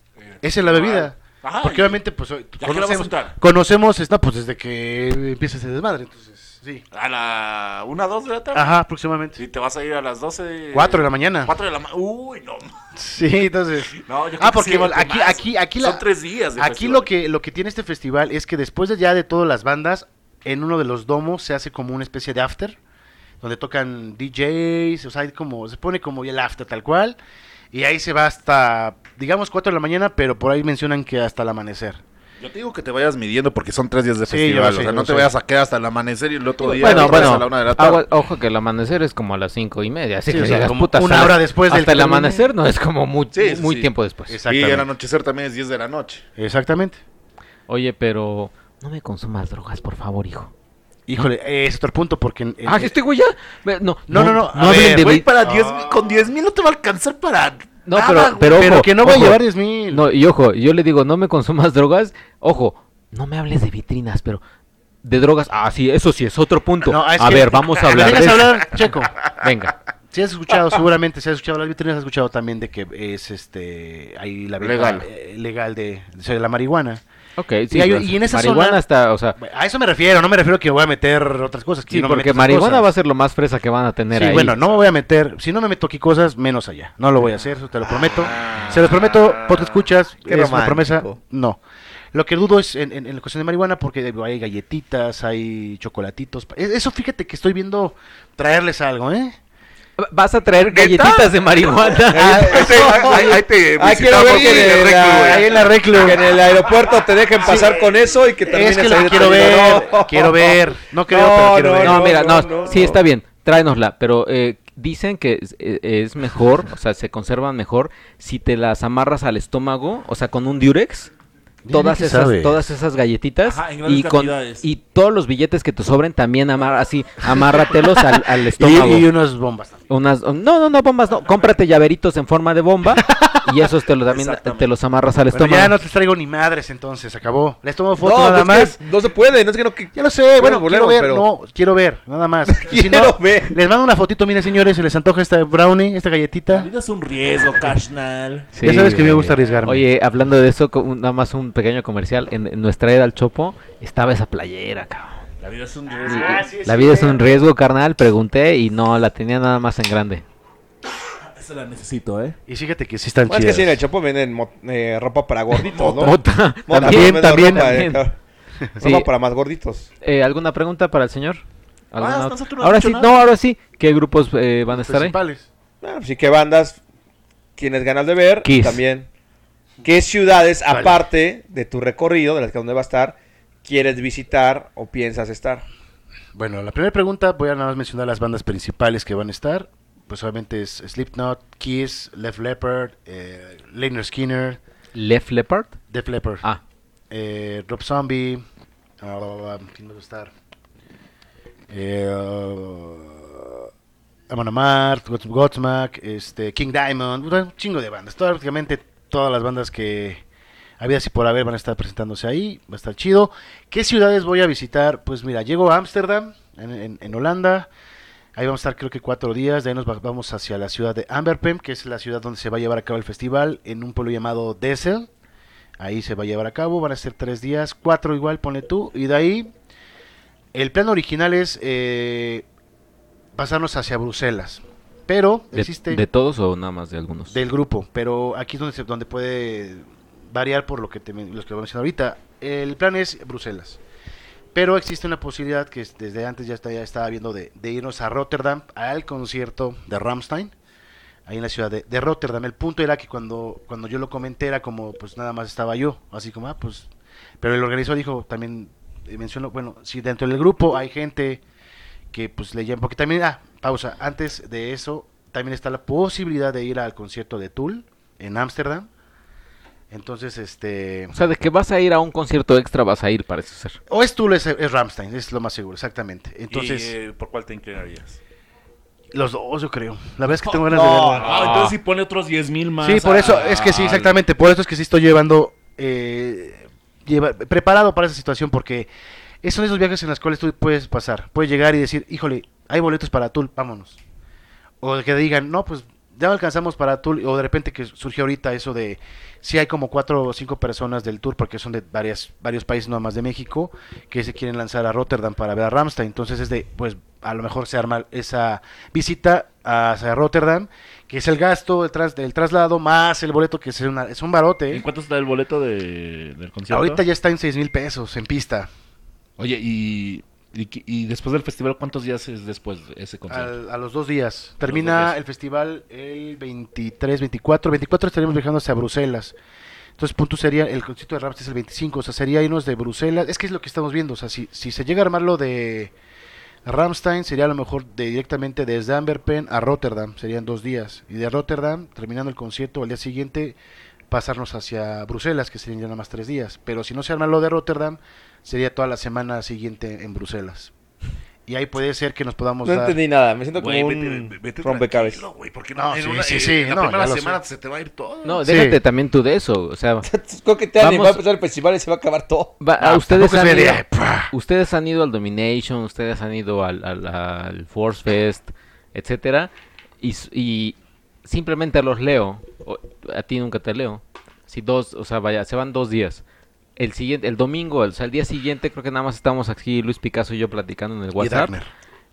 es en la bebida.
Eh, Ajá,
Porque
y-
obviamente, pues, hoy-
qué la vas a
conocemos,
juntar?
conocemos esta, pues, desde que empieza ese desmadre, entonces, sí.
A la 1, 2 de la
Ah.
tarde.
Ajá, aproximadamente.
Sí, te vas a ir a las 12.
Cuatro de la mañana.
4 de la mañana. Uy, no.
Sí, entonces.
no yo creo
Ah,
que
porque
sí,
bueno,
que
aquí,
más.
aquí, aquí la-
Son tres días. de
Aquí
festival.
lo que, lo que tiene este festival es que después de ya de todas las bandas, en uno de los domos se hace como una especie de after, donde tocan DJs, o sea, hay como, se pone como el after tal cual, y ahí se va hasta, digamos, 4 de la mañana, pero por ahí mencionan que hasta el amanecer.
Yo te digo que te vayas midiendo porque son tres días de
Sí,
festival.
yo sé,
o sea,
yo
no te
sé.
vayas a quedar hasta el amanecer y el otro día
Bueno,
otra vez
bueno,
a la una de la tarde.
agua- ojo que el amanecer es como a las cinco y media, así
Sí,
que
o sea,
digas,
como
puta,
una
hasta-
hora después del
hasta el
que termine.
amanecer no es como muy,
Sí, sí,
muy
sí.
tiempo después.
y
Exactamente.
el anochecer también es 10 de la noche.
Exactamente.
Oye, pero no me consumas drogas, por favor, hijo.
Híjole, eh, es otro punto, porque... en- en-
Ah, este güey ya. Ve, No,
No, no, no, a
hablen
ver,
de
Güey,
vi-
para 10 mil- con 10 mil no te va a alcanzar para.
No,
nada,
pero,
güey.
pero,
pero
ojo,
que no va a
ojo.
llevar 10 mil.
No, y ojo, yo le digo, no me consumas drogas. Ojo, no me hables de vitrinas, pero de drogas. Ah, sí, eso sí es otro punto.
No, es
a
que-
ver,
<laughs>
vamos a
No
hablar de
dejas
eso.
hablar, Checo.
Venga.
Si has escuchado, seguramente si has escuchado las vitrinas, has escuchado también de que es este ahí la venta,
Legal.
eh, legal de, de la marihuana.
Ok,
Y
sí.
hay-
pues,
y en esa
marihuana
zona-
está, o sea,
A eso me refiero, no me refiero que voy a meter otras cosas. que
sí,
no me meto
porque
esas
marihuana
cosas.
va a ser lo más fresa que van a tener
Sí,
ahí.
bueno, no me voy a meter, si no me meto aquí cosas, menos allá. No lo voy a hacer, eso te lo prometo. Se los prometo, porque escuchas,
Qué
es una
romántico.
promesa, no. Lo que dudo es en, en, en la cuestión de marihuana, porque hay galletitas, hay chocolatitos. E- Eso fíjate que estoy viendo traerles algo, ¿eh?
Vas a traer galletitas de
<laughs>
marihuana.
Ahí te- ahí- ahí te
Ay, quiero
visitamos
ver que
en el
de
reclu,
la-
güey.
Ahí en la reclu. <laughs>
Que en el aeropuerto te dejen pasar con eso y que termines
Es que lo
ahí
que quiero
detenido.
ver, quiero ver. No creo,
No,
pero quiero
no,
ver.
No, mira, no,
no,
sí
no.
está bien, tráenosla, pero eh, dicen que es, eh, es mejor, o sea, se conservan mejor si te las amarras al estómago, o sea, con un diurex.
Dime
Todas
que
esas,
sabes.
todas esas galletitas
Ajá, en grandes
y, con,
cantidades.
y todos los billetes que te sobren también amar, así, amárratelos al, al estómago.
<laughs> Y, y unas bombas.
Unas, no, no, no, bombas, no. Cómprate llaveritos en forma de
<laughs>
bomba y esos te los, también te los amarras al
Bueno,
estómago.
ya no te traigo ni madres entonces, se acabó. Les tomo
No,
foto
pues
nada
es
más.
que no se puede, no es que no que-
Ya lo sé, bueno,
volvemos,
quiero ver,
pero-
no, quiero ver, nada
<laughs>
más. Y si no,
Quiero ver.
Les mando una fotito, miren señores, se les antoja esta brownie, esta
La
galletita.
vida es un riesgo, carnal.
Sí,
Ya sabes que me
güey.
gusta arriesgarme.
Oye, hablando de eso, co- un- nada más un pequeño comercial. En, en nuestra era al Chopo estaba esa playera, cabrón.
La vida es un
Y-
riesgo.
y- la vida es un riesgo, carnal. Pregunté y no, la tenía nada más en grande.
Esa la necesito, ¿eh.
Y fíjate que sí están
Bueno, es
chidas.
Pues que sí, en el Chapo venden mo- eh, ropa
<laughs>
para gorditos, ¿no?
Mota.
Mota,
también,
venden
también,
ropa, eh,
también.
claro.
Sí.
<laughs> Ropa para más gorditos.
Eh, ¿Alguna pregunta para el señor? ¿Alguna
Ah,
otra?
nosotros no
ahora
hemos
sí,
dicho
no,
nada.
ahora sí. ¿Qué grupos eh, van a estar ahí?
Principales.
Bueno, sí, qué bandas tienes ganas de ver.
Kiss.
También. ¿Qué ciudades, aparte de tu recorrido, de las que donde va a estar, quieres visitar o piensas estar?
Bueno, la primera pregunta, voy a nada más mencionar las bandas principales que van a estar. Pues obviamente es Slipknot, Kiss, Left Leppard, eh, Leonard Skinner,
Left Leopard.
Def Leppard.
Ah,
Eh, Rob Zombie. ah, bla, bla, bla, ¿Quién me va a gustar? Eh, ah, Amon Amarth, Gods- Godsmack, este, King Diamond. Un chingo de bandas. Todas- Prácticamente todas las bandas que había así por haber van a estar presentándose ahí. Va a estar chido. ¿Qué ciudades voy a visitar? Pues mira, llego a Ámsterdam, en, en- en Holanda. Ahí vamos a estar creo que cuatro días, de ahí nos va- vamos hacia la ciudad de Amberpem, que es la ciudad donde se va a llevar a cabo el festival, en un pueblo llamado Dessel. Ahí se va a llevar a cabo, van a ser tres días, cuatro igual, ponle tú. Y de ahí, el plan original es eh, pasarnos hacia Bruselas. Pero
de,
existe
de todos o nada más de algunos?
del grupo, pero aquí es donde, se- donde puede variar por lo que te men- los que voy a mencionar ahorita. El plan es Bruselas. Pero existe una posibilidad que es- desde antes ya, está, ya estaba viendo de, de irnos a Rotterdam al concierto de Rammstein, ahí en la ciudad de, de Rotterdam. El punto era que cuando, cuando yo lo comenté era como, pues nada más estaba yo, así como, ah, pues... Pero el organizador dijo, también eh, mencionó, bueno, si dentro del grupo hay gente que pues le llaman, porque también, ah, pausa, antes de eso también está la posibilidad de ir al concierto de Tool en Ámsterdam. Entonces, este...
O sea, de que vas a ir a un concierto extra, vas a ir, parece ser.
O es Tool, es, es Rammstein, es lo más seguro, exactamente. Entonces...
¿Y eh, por cuál te inclinarías?
Los dos, yo creo. La verdad
Oh,
es que tengo ganas de verlo.
Ah, entonces si pone otros 10 mil más.
Sí, por eso,
al-
es que sí, exactamente. Por eso es que sí estoy llevando. eh, lleva- preparado para esa situación, porque es- son esos viajes en los cuales tú puedes pasar. Puedes llegar y decir, híjole, hay boletos para Tul, vámonos. O que digan, no, pues ya no alcanzamos para Tul. O de repente que surgió ahorita eso de. Sí, hay como cuatro o cinco personas del tour, porque son de varias, varios países, no más de México, que se quieren lanzar a Rotterdam para ver a Ramstein. Entonces es de, pues a lo mejor se arma esa visita hacia Rotterdam que es el gasto del, tras- del traslado más el boleto, que es, una- es un barote.
¿En cuánto está el boleto de, del concierto?
Ahorita ya está en 6 mil pesos en pista.
Oye, y, y, y después del festival, ¿cuántos días es después de ese este concierto?
al- a los dos días.
dos
Termina
días.
el festival el 23, 24. 24 estaremos viajando hacia Bruselas. Entonces, punto sería, el concierto de Ramstein es el 25, o sea, sería irnos de Bruselas. Es que es lo que estamos viendo, o sea, si, si se llega a armar lo de Ramstein, sería a lo mejor de- directamente desde Amberpen a Rotterdam, serían dos días. Y de Rotterdam, terminando el concierto, al día siguiente pasarnos hacia Bruselas, que serían ya nada más tres días. Pero si no se arma lo de Rotterdam, sería toda la semana siguiente en Bruselas. Y ahí puede ser que nos podamos
No
dar...
entendí nada, me siento como
Güey,
un
vete, vete
rompecabezas. <laughs>
tranquilo, güey, porque
No,
en
sí,
una-
sí,
en-
sí,
en la
no,
primera
ya lo
semana
sé.
se te va a ir todo.
No,
Sí.
déjate también tú de eso. O sea,
Coquetean y
Vamos.
va a empezar el festival y se va a acabar todo.
va- a
Ah,
ustedes
tampoco
han
es una
ido,
idea, ¡pah!
ustedes han ido al Domination, ustedes han ido al, al, al Force Fest, etcétera, y, s- y simplemente los leo. o- a ti nunca te leo. Si dos, o sea, vaya, se van dos días. El siguiente, el domingo, el, o sea, el día siguiente creo que nada más estamos aquí Luis Picasso y yo platicando en el
Y
WhatsApp
Dagner.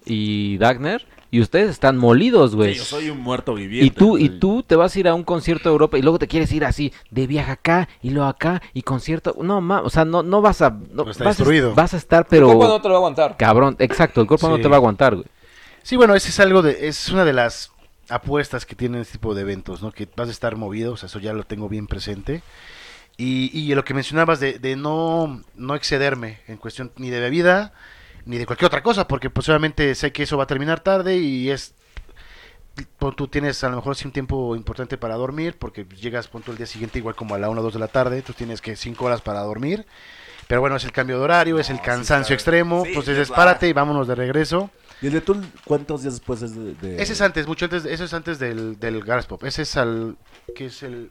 y Dagner y ustedes están molidos, güey.
Sí, yo soy un muerto viviente.
Y tú, y
güey.
tú te vas a ir a un concierto de Europa y luego te quieres ir así, de viaje acá y luego acá y concierto. No, ma, o sea, no, no vas a. No,
Pero está
vas, a
destruido.
vas a estar,
Pero... no
pero.
te lo va a aguantar.
Cabrón, exacto, el cuerpo no
Sí.
te va a aguantar, güey.
Sí, bueno, ese es algo de, es una de las apuestas que tienen este tipo de eventos, ¿no? Que vas a estar movido, o sea, eso ya lo tengo bien presente. Y, y lo que mencionabas de, de no, no excederme en cuestión ni de bebida, ni de cualquier otra cosa, porque pues obviamente sé que eso va a terminar tarde y es... pon Tú tienes a lo mejor sí un tiempo importante para dormir, porque llegas punto el día siguiente igual como a la 1 o 2 de la tarde, tú tienes que 5 horas para dormir, pero bueno, es el cambio de horario, es el
No, sí
cansancio
está-
extremo,
sí,
entonces
sí,
es
va.
párate y vámonos de regreso.
¿Y el de Tool cuántos días después es de...? de-
Ese es antes, mucho antes, eso es antes del, del Garage Pop. Ese es al, que es el,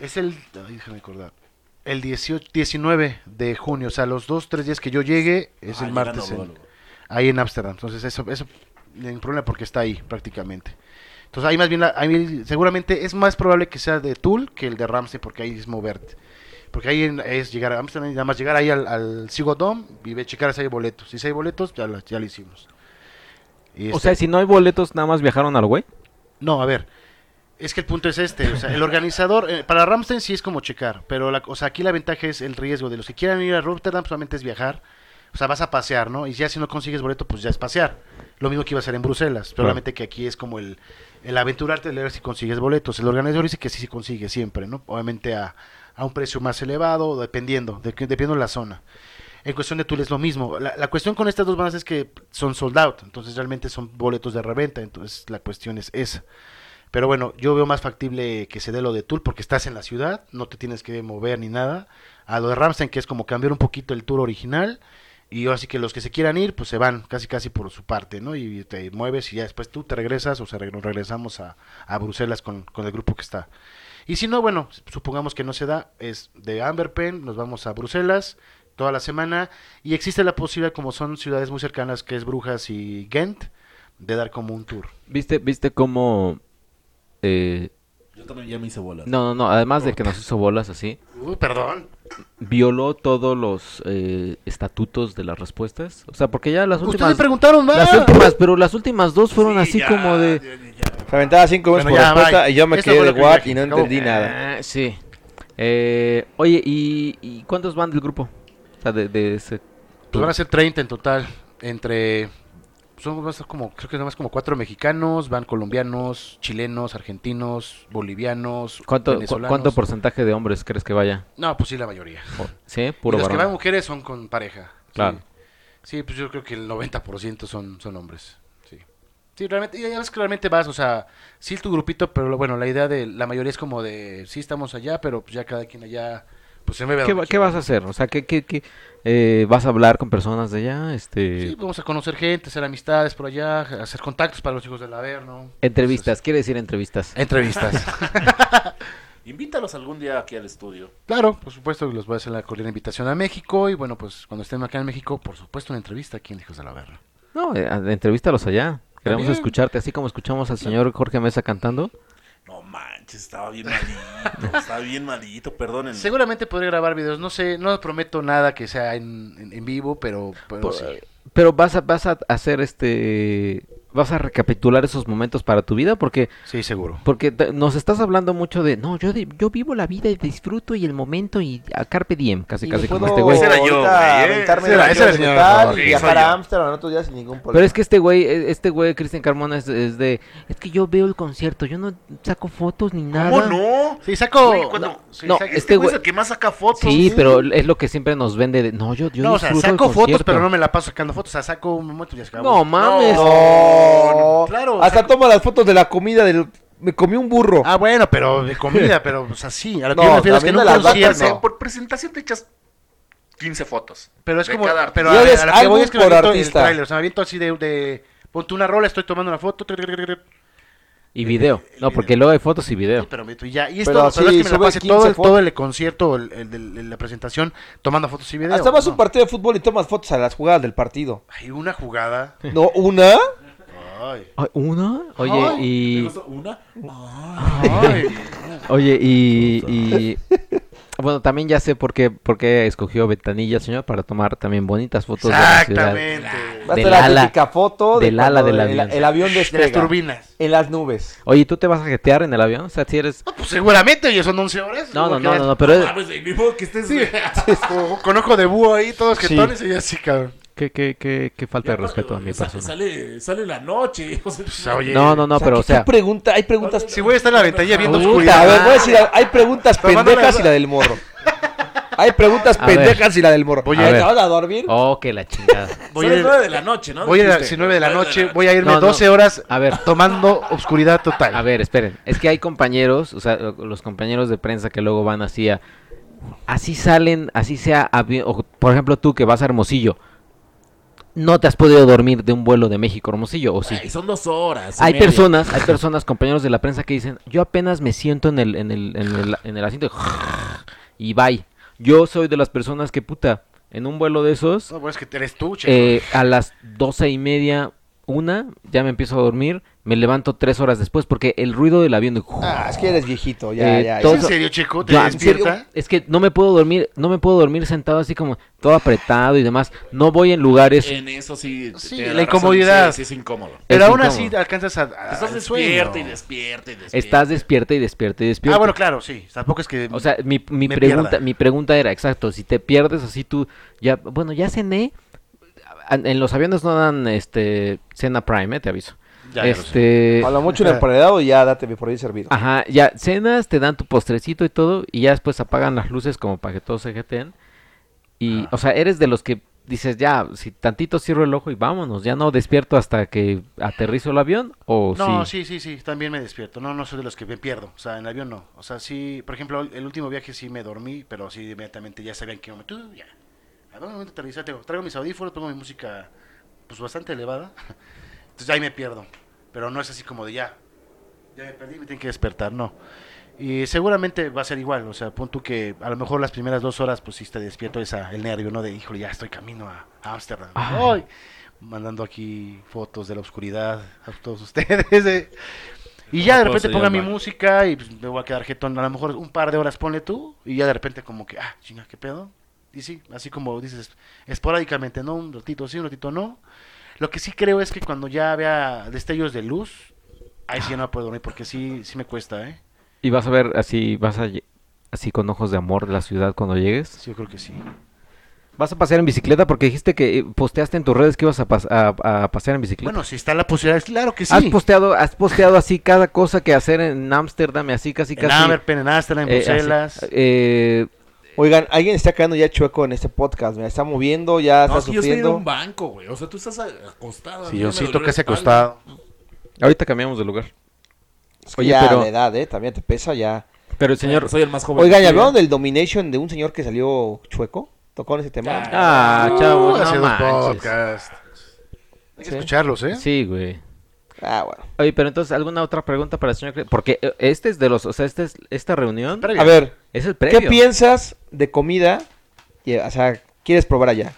es el, ay, déjame acordar, el 18, 19 de junio, o sea, los dos, tres días que yo llegue, es
Ah,
el
llegando
martes,
luego,
en-
luego.
ahí en Ámsterdam. Entonces, eso, eso, ningún problema porque está ahí, prácticamente. Entonces, ahí más bien, la- ahí seguramente es más probable que sea de Tool que el de Ramsey, porque ahí es moverte. Porque ahí en- es llegar a Ámsterdam y nada más llegar ahí al, al Sigodome y ve- checar si hay boletos. Si sí hay boletos, ya, lo- ya lo hicimos. Y
O
este-
sea, si no hay boletos, nada más viajaron al güey.
no, a ver. Es que el punto es este, o sea, el organizador, eh, para Ramstein sí es como checar, pero la, o sea, aquí la ventaja es el riesgo de los que quieran ir a Rotterdam solamente es viajar, o sea, vas a pasear, ¿no? Y ya si no consigues boleto, pues ya es pasear, lo mismo que iba a ser en Bruselas, solamente que aquí es como el, el aventurarte a leer si consigues boletos, el organizador dice que sí se consigue siempre, ¿no? Obviamente a, a un precio más elevado, dependiendo, de, que- dependiendo de la zona. En cuestión de Tool es lo mismo. La, la cuestión con estas dos bandas es que son sold out, entonces realmente son boletos de reventa, entonces la cuestión es esa. Pero bueno, yo veo más factible que se dé lo de Tool porque estás en la ciudad, no te tienes que mover ni nada. A lo de Ramstein, que es como cambiar un poquito el tour original. Y ahora sí que los que se quieran ir, pues se van casi casi por su parte, ¿no? Y te mueves y ya después tú te regresas o se reg- nos regresamos a, a Bruselas con, con el grupo que está. Y si no, bueno, supongamos que no se da, es de Amberpen, nos vamos a Bruselas toda la semana. Y existe la posibilidad, como son ciudades muy cercanas, que es Brujas y Ghent, de dar como un tour.
¿Viste, viste cómo. eh,
Yo también ya me hice bolas.
no, no, no, además de que nos hizo bolas así,
Uy, perdón.
violó todos los eh, estatutos de las respuestas. O sea, porque ya las últimas.
Ustedes preguntaron más.
Las últimas, pero las últimas dos fueron así como de.
Se aventaba cinco veces
Bueno,
por
ya,
respuesta
bye.
y yo me
Eso
quedé
fue
de
lo que
guap
dije,
y no
se acabó.
entendí nada.
Ah, sí. Eh, oye, ¿y, y cuántos van del grupo? O sea, de, de ese...
Pues van a ser 30 en total. Entre. Son, va a ser como, creo que nada más como cuatro mexicanos, van colombianos, chilenos, argentinos, bolivianos,
¿Cuánto, cu-
venezolanos.
¿Cuánto porcentaje de hombres crees que vaya?
No, pues sí, la mayoría.
O- ¿Sí?
Y
Puro
los que
varón.
van mujeres son con pareja. sí.
Claro.
Sí, pues yo creo que el 90% son, son hombres. Sí. Sí, realmente, y ya ves que realmente vas, o sea, sí tu grupito, pero bueno, la idea de la mayoría es como de, sí estamos allá, pero pues ya cada quien allá, pues se mueve a
¿Qué,
donde
va- qué
quiera,
vas a
¿no?
hacer? O sea, ¿qué, qué, qué, eh, ¿vas a hablar con personas de allá? Este,
Sí, pues, vamos a conocer gente, hacer amistades por allá, hacer contactos para los hijos del Averno.
entrevistas, quiere decir entrevistas.
eh. Entrevistas. <laughs>
Invítalos algún día aquí al estudio.
claro, por supuesto, los voy a hacer la cordial invitación a México y bueno, pues cuando estén acá en México, por supuesto, una entrevista aquí en Hijos del Averno.
No, eh, a- entrevístalos allá. Queremos
También.
escucharte, así como escuchamos al señor Jorge Mesa cantando.
No manches, estaba bien malito. estaba bien malito, perdonen.
Seguramente podré grabar videos, no sé, no prometo nada que sea en, en- en vivo, pero, pero
Por-
sí.
Pues, Pero vas a, vas a hacer este... ¿Vas a recapitular esos momentos para tu vida? Porque
Sí, seguro.
Porque te- nos estás hablando mucho de, no, yo, de- yo vivo la vida y disfruto y el momento y a carpe diem, casi
Y
casi como
puedo
este güey.
Ese era yo,
ahorita
güey, ¿eh?
aventarme
Ese era-
de
ese era el
avión
señor
brutal
Rodríguez.
y
Sí,
viajar
soy yo.
a Ámsterdam otro día sin ningún problema.
Pero es que este güey, e- este güey, Cristian Carmona, es, es de, es que yo veo el concierto, yo no saco fotos ni nada.
¿Cómo no?
Sí, saco...
Güey, cuando-
sí,
no,
saco-
Este
Este güey
güey-
es el que más saca fotos.
Sí, pero es lo que siempre nos vende de, no, yo, yo
no, o sea,
disfruto el
saco fotos,
concierto".
pero no me la paso sacando fotos, o sea, saco un momento y ya se acabó.
No, mames.
No,
claro,
Hasta
o sea-
toma las fotos de la comida del. Me comí un burro.
Ah, bueno, pero de comida, pero, o sea, sí. A lo que
No,
yo me refiero es que
también
en un
de las vacas,
concierto...
no.
Por presentación te echas 15 fotos.
Pero es
De
como.
cada
Pero
artista.
a,
Eres
a lo que voy
álbum
es que me
por
aviento el
artista.
trailer. O sea, me aviento así de, de. Ponte una rola, estoy tomando una foto. tri, tri, tri, tri,
Y video. No, porque luego hay fotos y video.
Pero me- y ya. Y
Pero
esto, pero
así
es que me la
sube
pasé
15
todo, el-
fotos.
todo el concierto, el, el de- el- la presentación, tomando fotos y videos.
Hasta vas a
¿no?
un partido de fútbol y tomas fotos a las jugadas
<laughs>
del partido.
Hay una jugada.
No, una.
Ay.
Ay, ¿Una? Oye, y...
¿Una?
<laughs>
pues,
Ay.
Oye, y, <laughs> y- bueno, también ya sé por qué, por qué escogió Ventanilla, señor, para tomar también bonitas fotos de
Exactamente.
Va a
Del
ser la
ala.
típica foto
Del ala
cuando
del
el-
avión.
El avión
De las
despega.
turbinas.
en las nubes.
la ciudad. Oye, ¿tú te vas a jetear en el avión? O sea, si eres...
No, pues seguramente, y son 11 horas.
No, no,
porque
no,
vas-
no, no, pero
Ah,
es-
pues, que estés.
Con- Con ojo de búho ahí, todos
Sí.
jetones y así, cabrón.
qué, qué, qué, qué falta de respeto a mi persona.
Sale, sale la noche.
Pues, oye.
No, no, no, pero o
¿qué-
sea,
qué pregunta? Hay preguntas.
Si voy a estar en la ventanilla viendo
Puta,
oscuridad.
a ver, voy a decir, hay preguntas
Pero mándame
pendejas y
la-
la del morro. Hay preguntas
A ver.
pendejas y la del morro.
Oye, a ver.
¿te vas a dormir?
oh, que la chingada.
Voy a ir-
de la noche, ¿no?
Voy a ir a las 9 de la noche, voy a irme
No, no.
12 horas
A ver.
tomando obscuridad total.
A ver, esperen, es que hay compañeros, o sea, lo- los compañeros de prensa que luego van así a... Así salen, así sea, avi- o, por ejemplo tú que vas a Hermosillo, no te has podido dormir de un vuelo de México a Hermosillo, ¿o sí?
son dos horas.
Hay personas, hay personas, compañeros de la prensa que dicen, yo apenas me siento en el, en el, en el, en el asiento y bye. Yo soy de las personas que, puta, en un vuelo de esos,
No, pues es que eres tú, chico.
eh, a las doce y media, una, ya me empiezo a dormir, me levanto tres horas después porque el ruido del avión... de-
Ah, es que eres viejito, ya,
Eh,
ya. ya.
¿Es
todo-
en serio, chico? ¿Te
Ya, en serio,
despierta?
es que no me puedo dormir, no me puedo dormir sentado así como todo apretado y demás. No voy en lugares...
En eso sí.
Sí,
te da
la
razón,
incomodidad.
Sí, sí es incómodo.
Pero
es
aún
incómodo.
así alcanzas a. a-
Estás
al sueño.
despierta y despierta y despierta.
Estás despierta y despierta y despierta.
Ah, bueno, claro, sí. Tampoco es que.
O sea, mi, mi
Me
pregunta,
pierda.
mi pregunta era, exacto, si te pierdes así tú, ya, bueno, ya cené, A- en los aviones no dan, este, cena prime, eh, te aviso.
Ya, ya lo sé.
este,
A lo mucho un emparedado y ya date por ahí servido.
ajá, ya cenas, te dan tu postrecito y todo, y ya después apagan las luces como para que todos se jeteen, y,
Ah.
o sea, eres de los que dices, ya, si tantito cierro el ojo y vámonos, ya no despierto hasta que aterrizo el avión, o
No,
sí.
sí, sí, sí, también me despierto. No, no soy de los que me pierdo. O sea, en el avión no. O sea, sí, por ejemplo, el último viaje sí me dormí, pero sí, inmediatamente ya sabían que momento. tú, Ya. A ver, un momento aterrizar, tengo- traigo mis audífonos, pongo mi música, pues bastante elevada. <laughs> Entonces ahí me pierdo. Pero no es así como de ya. Ya me perdí, me tienen que despertar, no. Y seguramente va a ser igual. O sea, pon tú que a lo mejor las primeras dos horas, pues sí te despierto esa, el nervio, ¿no? De, híjole, ya estoy camino a a Ámsterdam.
Ay.
Ay, mandando aquí fotos de la oscuridad a todos ustedes. eh. Y ya de
Todos
repente
se
ponga mi
llaman.
música y pues, me voy a quedar jetón. A lo mejor un par de horas ponle tú y ya de repente como que, ah, chinga, ¿qué pedo? Y sí, así como dices, esporádicamente, ¿no? Un ratito sí, un ratito no. Lo que sí creo es que cuando ya vea destellos de luz, ahí sí ya no puedo dormir porque sí, sí me cuesta, ¿eh?
Y vas a ver así, vas a lle- así con ojos de amor de la ciudad cuando llegues?
Sí, yo creo que sí.
¿Vas a pasear en bicicleta? Porque dijiste que eh, posteaste en tus redes que ibas a, pas- a- a pasear en bicicleta.
Bueno, si está la posibilidad, claro que sí.
¿Has posteado, has posteado así cada cosa que hacer en Ámsterdam y así casi
en
casi.
Amberpen, en Amsterdam, en
eh, así,
Bruselas.
eh,
Oigan, alguien está quedando ya chueco en este podcast. Me está moviendo, ya
No,
está
es que yo estoy en
sufriendo.
un banco, güey. O sea, tú estás a- acostado. a
Sí,
mí
yo
ya me
sí
dolió
casi
la espalda.
acostado.
ahorita cambiamos de lugar.
Es que
Oye,
ya
pero-
la edad, ¿eh? También te pesa ya.
Pero el señor.
Soy el más joven.
Oigan, ¿y
aquí,
hablaron
¿eh?
del Domination de un señor que salió chueco? ¿Tocó en ese tema?
Ah, chavo,
Uh, hace
no
dos
manches.
podcasts. Hay que
Sí.
escucharlos, ¿eh?
Sí, güey.
Ah, bueno.
Oye, pero entonces, ¿alguna otra pregunta para el señor? Cre- Porque eh, este es de los, o sea, este es, esta reunión
Previa.
A ver,
es el
¿qué
previo.
piensas de comida? que, O sea, ¿quieres probar allá?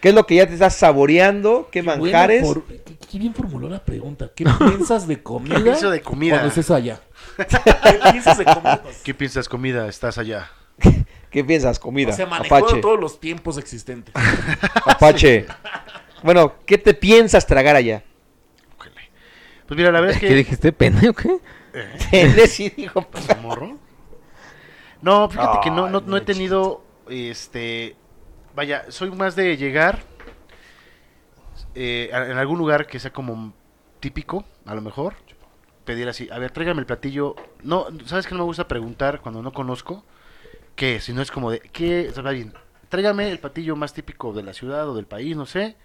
¿Qué es lo que ya te estás saboreando? ¿Qué
Bueno,
manjares?
por- qué- qué bien formuló la pregunta. ¿Qué piensas de comida?
¿Qué pienso de comida?
Cuando estés allá. ¿Qué piensas de comida?
¿Qué piensas comida? Estás allá.
¿Qué piensas? Comida.
O sea, manejó
Apache.
todos los tiempos existentes.
<laughs> Apache. Bueno, ¿qué te piensas
<laughs>
tragar allá?
Pues mira, la verdad es
Eh, ¿Qué
que... eh,
dijiste, pene o qué?
Tennessee dijo.
Pues, ¿Morro? No, fíjate que no, no,
Ay,
no he
muy
tenido, este, vaya, soy más de llegar eh, a- en algún lugar que sea como típico, a lo mejor, pedir así, a ver, tráigame el platillo, no, ¿sabes que no me gusta preguntar cuando no conozco? ¿Qué? Si no es como de, ¿qué? O sea, bien, tráigame el platillo más típico de la ciudad o del país, no sé,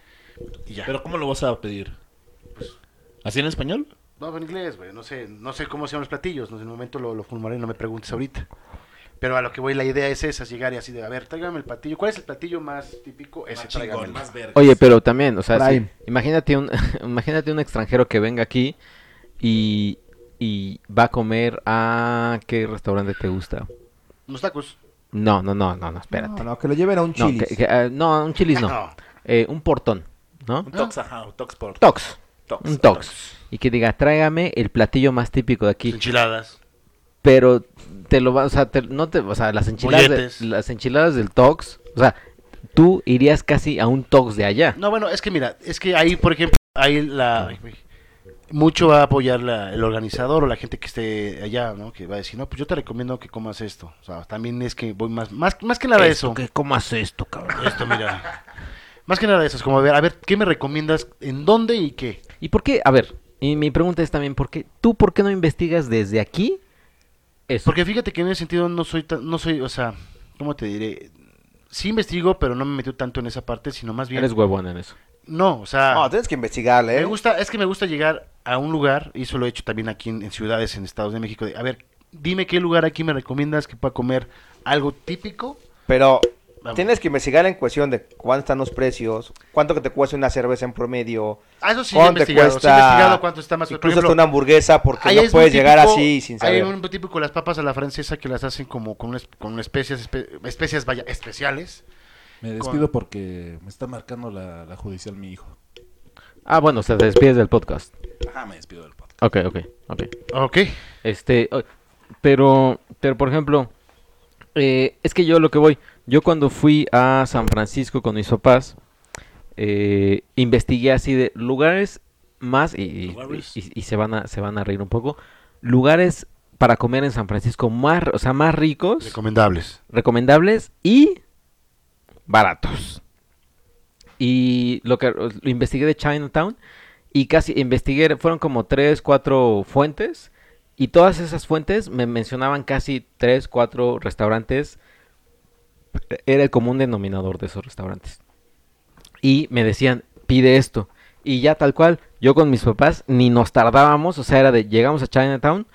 y ya.
¿Pero cómo lo vas a pedir? ¿Así en español?
No, en inglés, güey. No sé, no sé cómo se llaman los platillos. No sé, en un momento lo, lo formularé, no me preguntes ahorita. Pero a lo que voy, la idea es esa, llegar y así de, a ver, tráigame el platillo. ¿Cuál es el platillo más típico? Ese, tráigamelo.
verde.
Oye, pero también, o sea, sí,
Pues, Prime.
imagínate, un, <laughs> imagínate un extranjero que venga aquí y, y va a comer a... ¿Qué restaurante te gusta?
Unos tacos.
No, no, no, no, no, espérate.
No, no, que lo lleven a un
No,
chili.
que- que, ah, no,
<laughs>
un chilis no.
No.
Eh, un portón, ¿no?
Un tox, ajá, un tox por...
Tox.
tox,
Un tox. Y que diga, tráigame el platillo más típico de aquí.
Enchiladas.
Pero te lo va, o sea, te- no te, o sea, las enchiladas,
Molletes.
de- las enchiladas del tox, o sea, tú irías casi a un tox de allá.
No, bueno, es que mira, es que ahí, por ejemplo, ahí la... ay, güey. Mucho va a apoyar la- el organizador o la gente que esté allá, ¿no? Que va a decir, no, pues yo te recomiendo que comas esto. O sea, también es que voy más, más, más que nada eso.
comas esto, cabrón?
Esto, mira. <laughs> más que nada eso, es como, a ver, a ver, ¿qué me recomiendas? ¿En dónde y qué?
¿Y por qué? A ver, y mi pregunta es también, ¿por qué tú por qué no investigas desde aquí eso?
Porque fíjate que en ese sentido no soy tan, no soy, o sea, ¿cómo te diré? Sí investigo, pero no me metí tanto en esa parte, sino más bien
eres huevón en eso.
no, o
Ah.
sea,
No, tienes que investigarle, ¿eh?
me gusta, es que me gusta llegar a un lugar, y eso lo he hecho también aquí en, en ciudades, en Estados de México, de, a ver, dime qué lugar aquí me recomiendas que pueda comer algo típico.
Pero
Vamos.
tienes que investigar en cuestión de cuántos están los precios, cuánto que te cuesta una cerveza en promedio,
Ah, eso sí, he
cuánto te
investigado, sí he
cuesta.
investigado cuánto está más. por
Incluso
ejemplo,
hasta una hamburguesa, porque
ahí
no
es muy
puedes llegar
típico-
así sin
Hay
saber.
un típico las papas a la francesa que las hacen como con, unas- con especias, espe- especias vaya, especiales.
Me despido porque me está marcando la, la judicial mi hijo.
Ah, bueno, o sea, te despides del podcast.
Ajá, me despido del podcast.
Ok, ok, ok.
Ok.
Este, o- pero, pero por ejemplo, eh, es que yo lo que voy, yo cuando fui a San Francisco con mis papás, eh, investigué así de lugares más, y, y-
Lugares.
y- y se, van a, se van a reír un poco, lugares para comer en San Francisco más, o sea, más ricos,
Recomendables.
recomendables y baratos. Y lo que lo investigué de Chinatown y casi investigué, fueron como tres, cuatro fuentes y todas esas fuentes me mencionaban casi tres, cuatro restaurantes. Era el común denominador de esos restaurantes. Y me decían, pide esto. Y ya tal cual, yo con mis papás ni nos tardábamos, o sea, era de llegamos a Chinatown,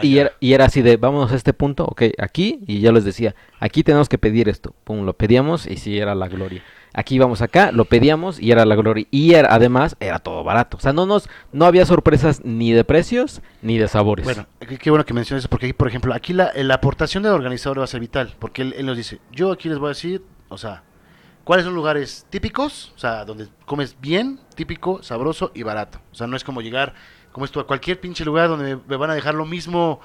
y era, y era así de, vámonos a este punto, ok, aquí, y ya les decía, aquí tenemos que pedir esto. Pum, lo pedíamos y sí, era la gloria. Aquí vamos acá, lo pedíamos y era la gloria. Y era- además, era todo barato. O sea, no nos, no había sorpresas ni de precios ni de sabores.
Bueno, qué, qué bueno que mencionas eso, porque aquí, por ejemplo, aquí la, la aportación del organizador va a ser vital, porque él, él nos dice, yo aquí les voy a decir, o sea, cuáles son lugares típicos, o sea, donde comes bien, típico, sabroso y barato. O sea, no es como llegar, como esto, a cualquier pinche lugar donde me, me van a dejar lo mismo,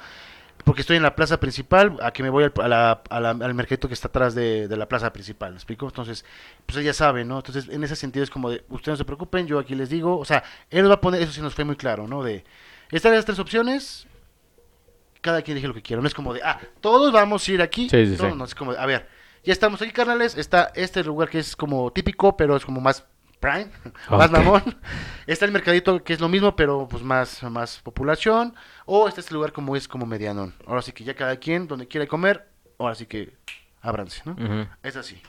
porque estoy en la plaza principal, a que me voy al, a la- a la- al mercadito que está atrás de, de la plaza principal, ¿me explico? Entonces, pues él ya sabe, ¿no? Entonces, en ese sentido es como de, ustedes no se preocupen, yo aquí les digo, o sea, él nos va a poner, eso sí nos fue muy claro, ¿no? De, estas son las tres opciones, cada quien elige lo que quiera. No es como de, ah, todos vamos a ir aquí.
Sí, sí,
no,
sí.
no, es como de, a ver, ya estamos aquí, carnales. Está este lugar que es como típico, pero es como más prime, <laughs> más
Ok.
mamón. Está el mercadito que es lo mismo, pero pues más, más populación. O está este lugar como es como medianón. Ahora sí que ya cada quien, donde quiera comer, ahora sí que ábranse, ¿no?
Ujú.
Es así.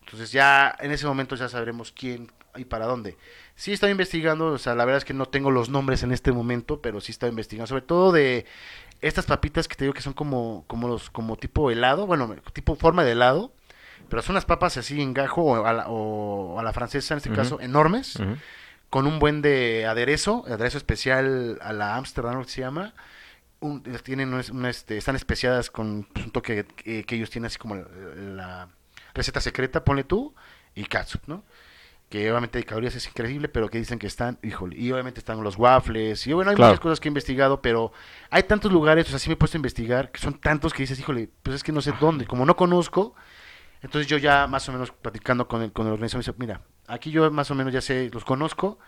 Entonces ya en ese momento ya sabremos quién y para dónde. Sí estoy investigando, o sea, la verdad es que no tengo los nombres en este momento, pero sí estoy investigando, sobre todo de estas papitas que te digo que son como como los como tipo helado, bueno, tipo forma de helado, pero son unas papas así en gajo o a la, o a la francesa en este
Ujú.
caso, enormes,
Ujú.
con un buen de aderezo, aderezo especial a la Amsterdam que se llama. Un- eh, tienen un- un, este, están especiadas con pues, un toque eh, que ellos tienen así como la, la receta secreta, ponle tú, y catsup, ¿no? Que obviamente de calorías es increíble, pero que dicen que están, híjole, y obviamente están los waffles, y bueno, hay
Claro.
muchas cosas que he investigado, pero hay tantos lugares, o sea, sí me he puesto a investigar, que son tantos que dices, híjole, pues es que no sé dónde, como no conozco, entonces yo ya más o menos platicando con el, con el organizador, me dice, mira, aquí yo más o menos ya sé, los conozco,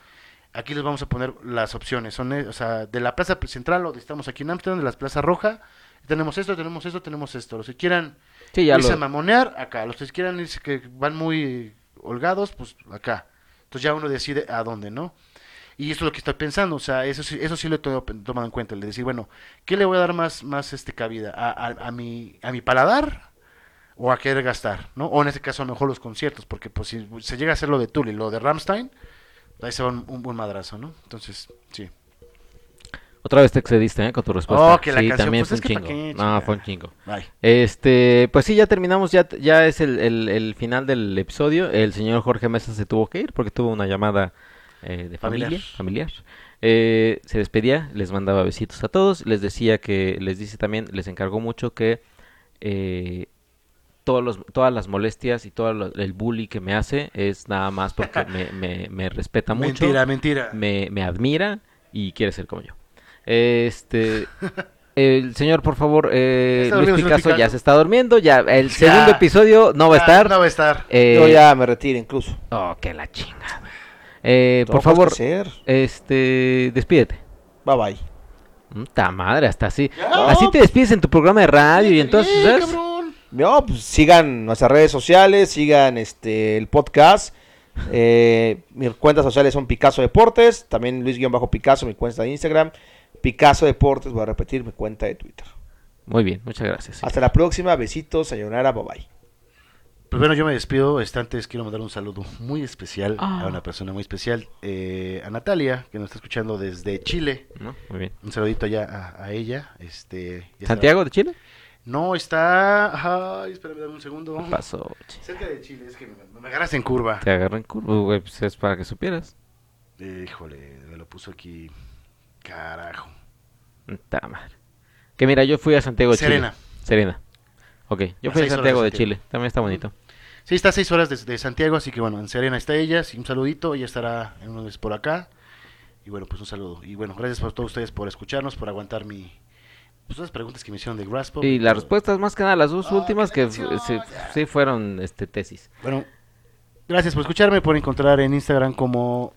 aquí les vamos a poner las opciones. Son, eh, o sea, de la plaza central, o de- estamos aquí en Amsterdam, de la plaza roja, tenemos esto, tenemos esto, tenemos esto. Los que quieran
Sí, ya
irse
lo-
a mamonear, acá. Los que quieran irse que van muy holgados, pues acá. Entonces ya uno decide a dónde, ¿no? Y eso es lo que estoy pensando, o sea, eso sí, eso sí lo he to- tomado en cuenta, el de decir, bueno, ¿qué le voy a dar más, más este cabida? ¿A, a- a mi, ¿A mi paladar? ¿O a querer gastar? ¿no? O en este caso, a lo mejor los conciertos, porque pues si se llega a hacer lo de Tully, lo de Rammstein, ahí se va un, un buen madrazo, ¿no? Entonces, sí.
Otra vez te excediste, ¿eh? Con tu respuesta.
Oh, que la
sí,
canción,
también
pues,
fue
es
un
que pa'
chingo.
qué,
no,
chingada.
fue un chingo.
Bye.
Este, pues sí, ya terminamos, ya, ya es el, el- el final del episodio. El señor Jorge Mesa se tuvo que ir porque tuvo una llamada eh, de familia, familiar.
Familiar.
Eh, se despedía, les mandaba besitos a todos, les decía que, les dice también, les encargó mucho que eh, todos los, todas las molestias y todo lo- el bully que me hace es nada más
<laughs>
porque me, me- me respeta mucho
Mentira, mentira.
me, me admira y quiere ser como yo. Este, el señor, por favor, eh,
Ya está
Luis
dormido, señor
Picasso ya
Picasso.
se está durmiendo, ya el
Ya.
segundo episodio no va a
Ah,
estar.
No va a estar.
eh,
Yo ya me retiro incluso.
Oh, que la chinga. Eh, por
Tengo cosas
favor,
que hacer.
este, despídete.
Bye bye.
Puta madre, hasta así. Así te despides en tu programa de radio
Eh,
y entonces, ¿sabes?
No, pues sigan nuestras redes sociales, sigan este el podcast. Eh, mis cuentas sociales son Picasso Deportes, también Luis-Picasso, mi cuenta de Instagram, Picasso Deportes, voy a repetir mi cuenta de Twitter.
Muy bien, muchas gracias.
Hasta la próxima, besitos, sayonara, bye bye.
Pues bueno, yo me despido. Este, antes quiero mandar un saludo muy especial a una persona muy especial, eh, a Natalia, que nos está escuchando desde Chile.
¿No? Muy bien.
Un saludito ya a, a ella. Este, ya está-
¿Santiago de Chile?
No, está. Ay, espérame, dame un segundo.
Pasó. che.
Cerca de Chile, es que me, me agarras en curva.
Te agarran curva, güey, pues es para que supieras.
Eh, híjole, me lo puso aquí. Carajo.
Ta madre. Que mira, yo fui a Santiago de
Serena.
Chile. Serena. Ok, yo fui a
A seis horas de
Santiago de
Santiago.
Chile. También está bonito.
Sí, está a seis horas de, de Santiago, así que bueno, en Serena está ella. sí, Un saludito, ella estará en unos días por acá. Y bueno, pues un saludo. Y bueno, gracias a todos ustedes por escucharnos, por aguantar mi. Pues las preguntas que me hicieron de Grasp.
Y las respuestas, más que nada, las dos
Ah,
últimas
qué
que f-
canción.
se- sí fueron este, tesis.
Bueno, gracias por escucharme. Pueden encontrar en Instagram como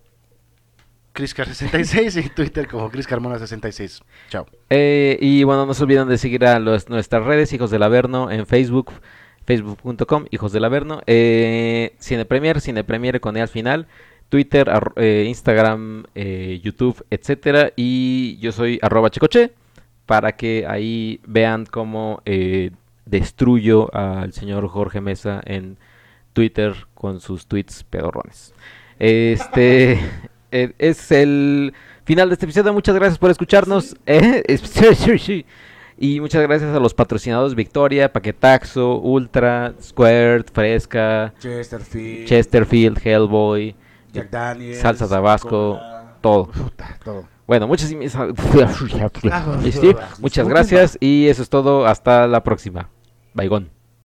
ChrisCar66 y en Twitter como ChrisCarmona66. Chao.
Eh, y bueno, no se olviden de seguir a los- nuestras redes, Hijos del Averno, en Facebook, facebook.com, Hijos del Averno. Eh, Cine Premier, Cine Premier con E al final. Twitter, arro- eh, Instagram, eh, YouTube, etcétera. Y yo soy arroba chicoche para que ahí vean cómo eh, destruyo al señor Jorge Mesa en Twitter con sus tweets pedorrones. Este <laughs> eh, es el final de este episodio. Muchas gracias por escucharnos. Eh, <laughs> es- sí, sí, sí. Y muchas gracias a los patrocinados Victoria, Paquetaxo, Ultra, Squared, Fresca,
Chesterfield,
Chesterfield, Hellboy,
Jack Daniels,
Salsa Tabasco,
Cola.
todo.
todo.
Bueno, muchas, <laughs> sí, muchas gracias y eso es todo. Hasta la próxima. Baigón.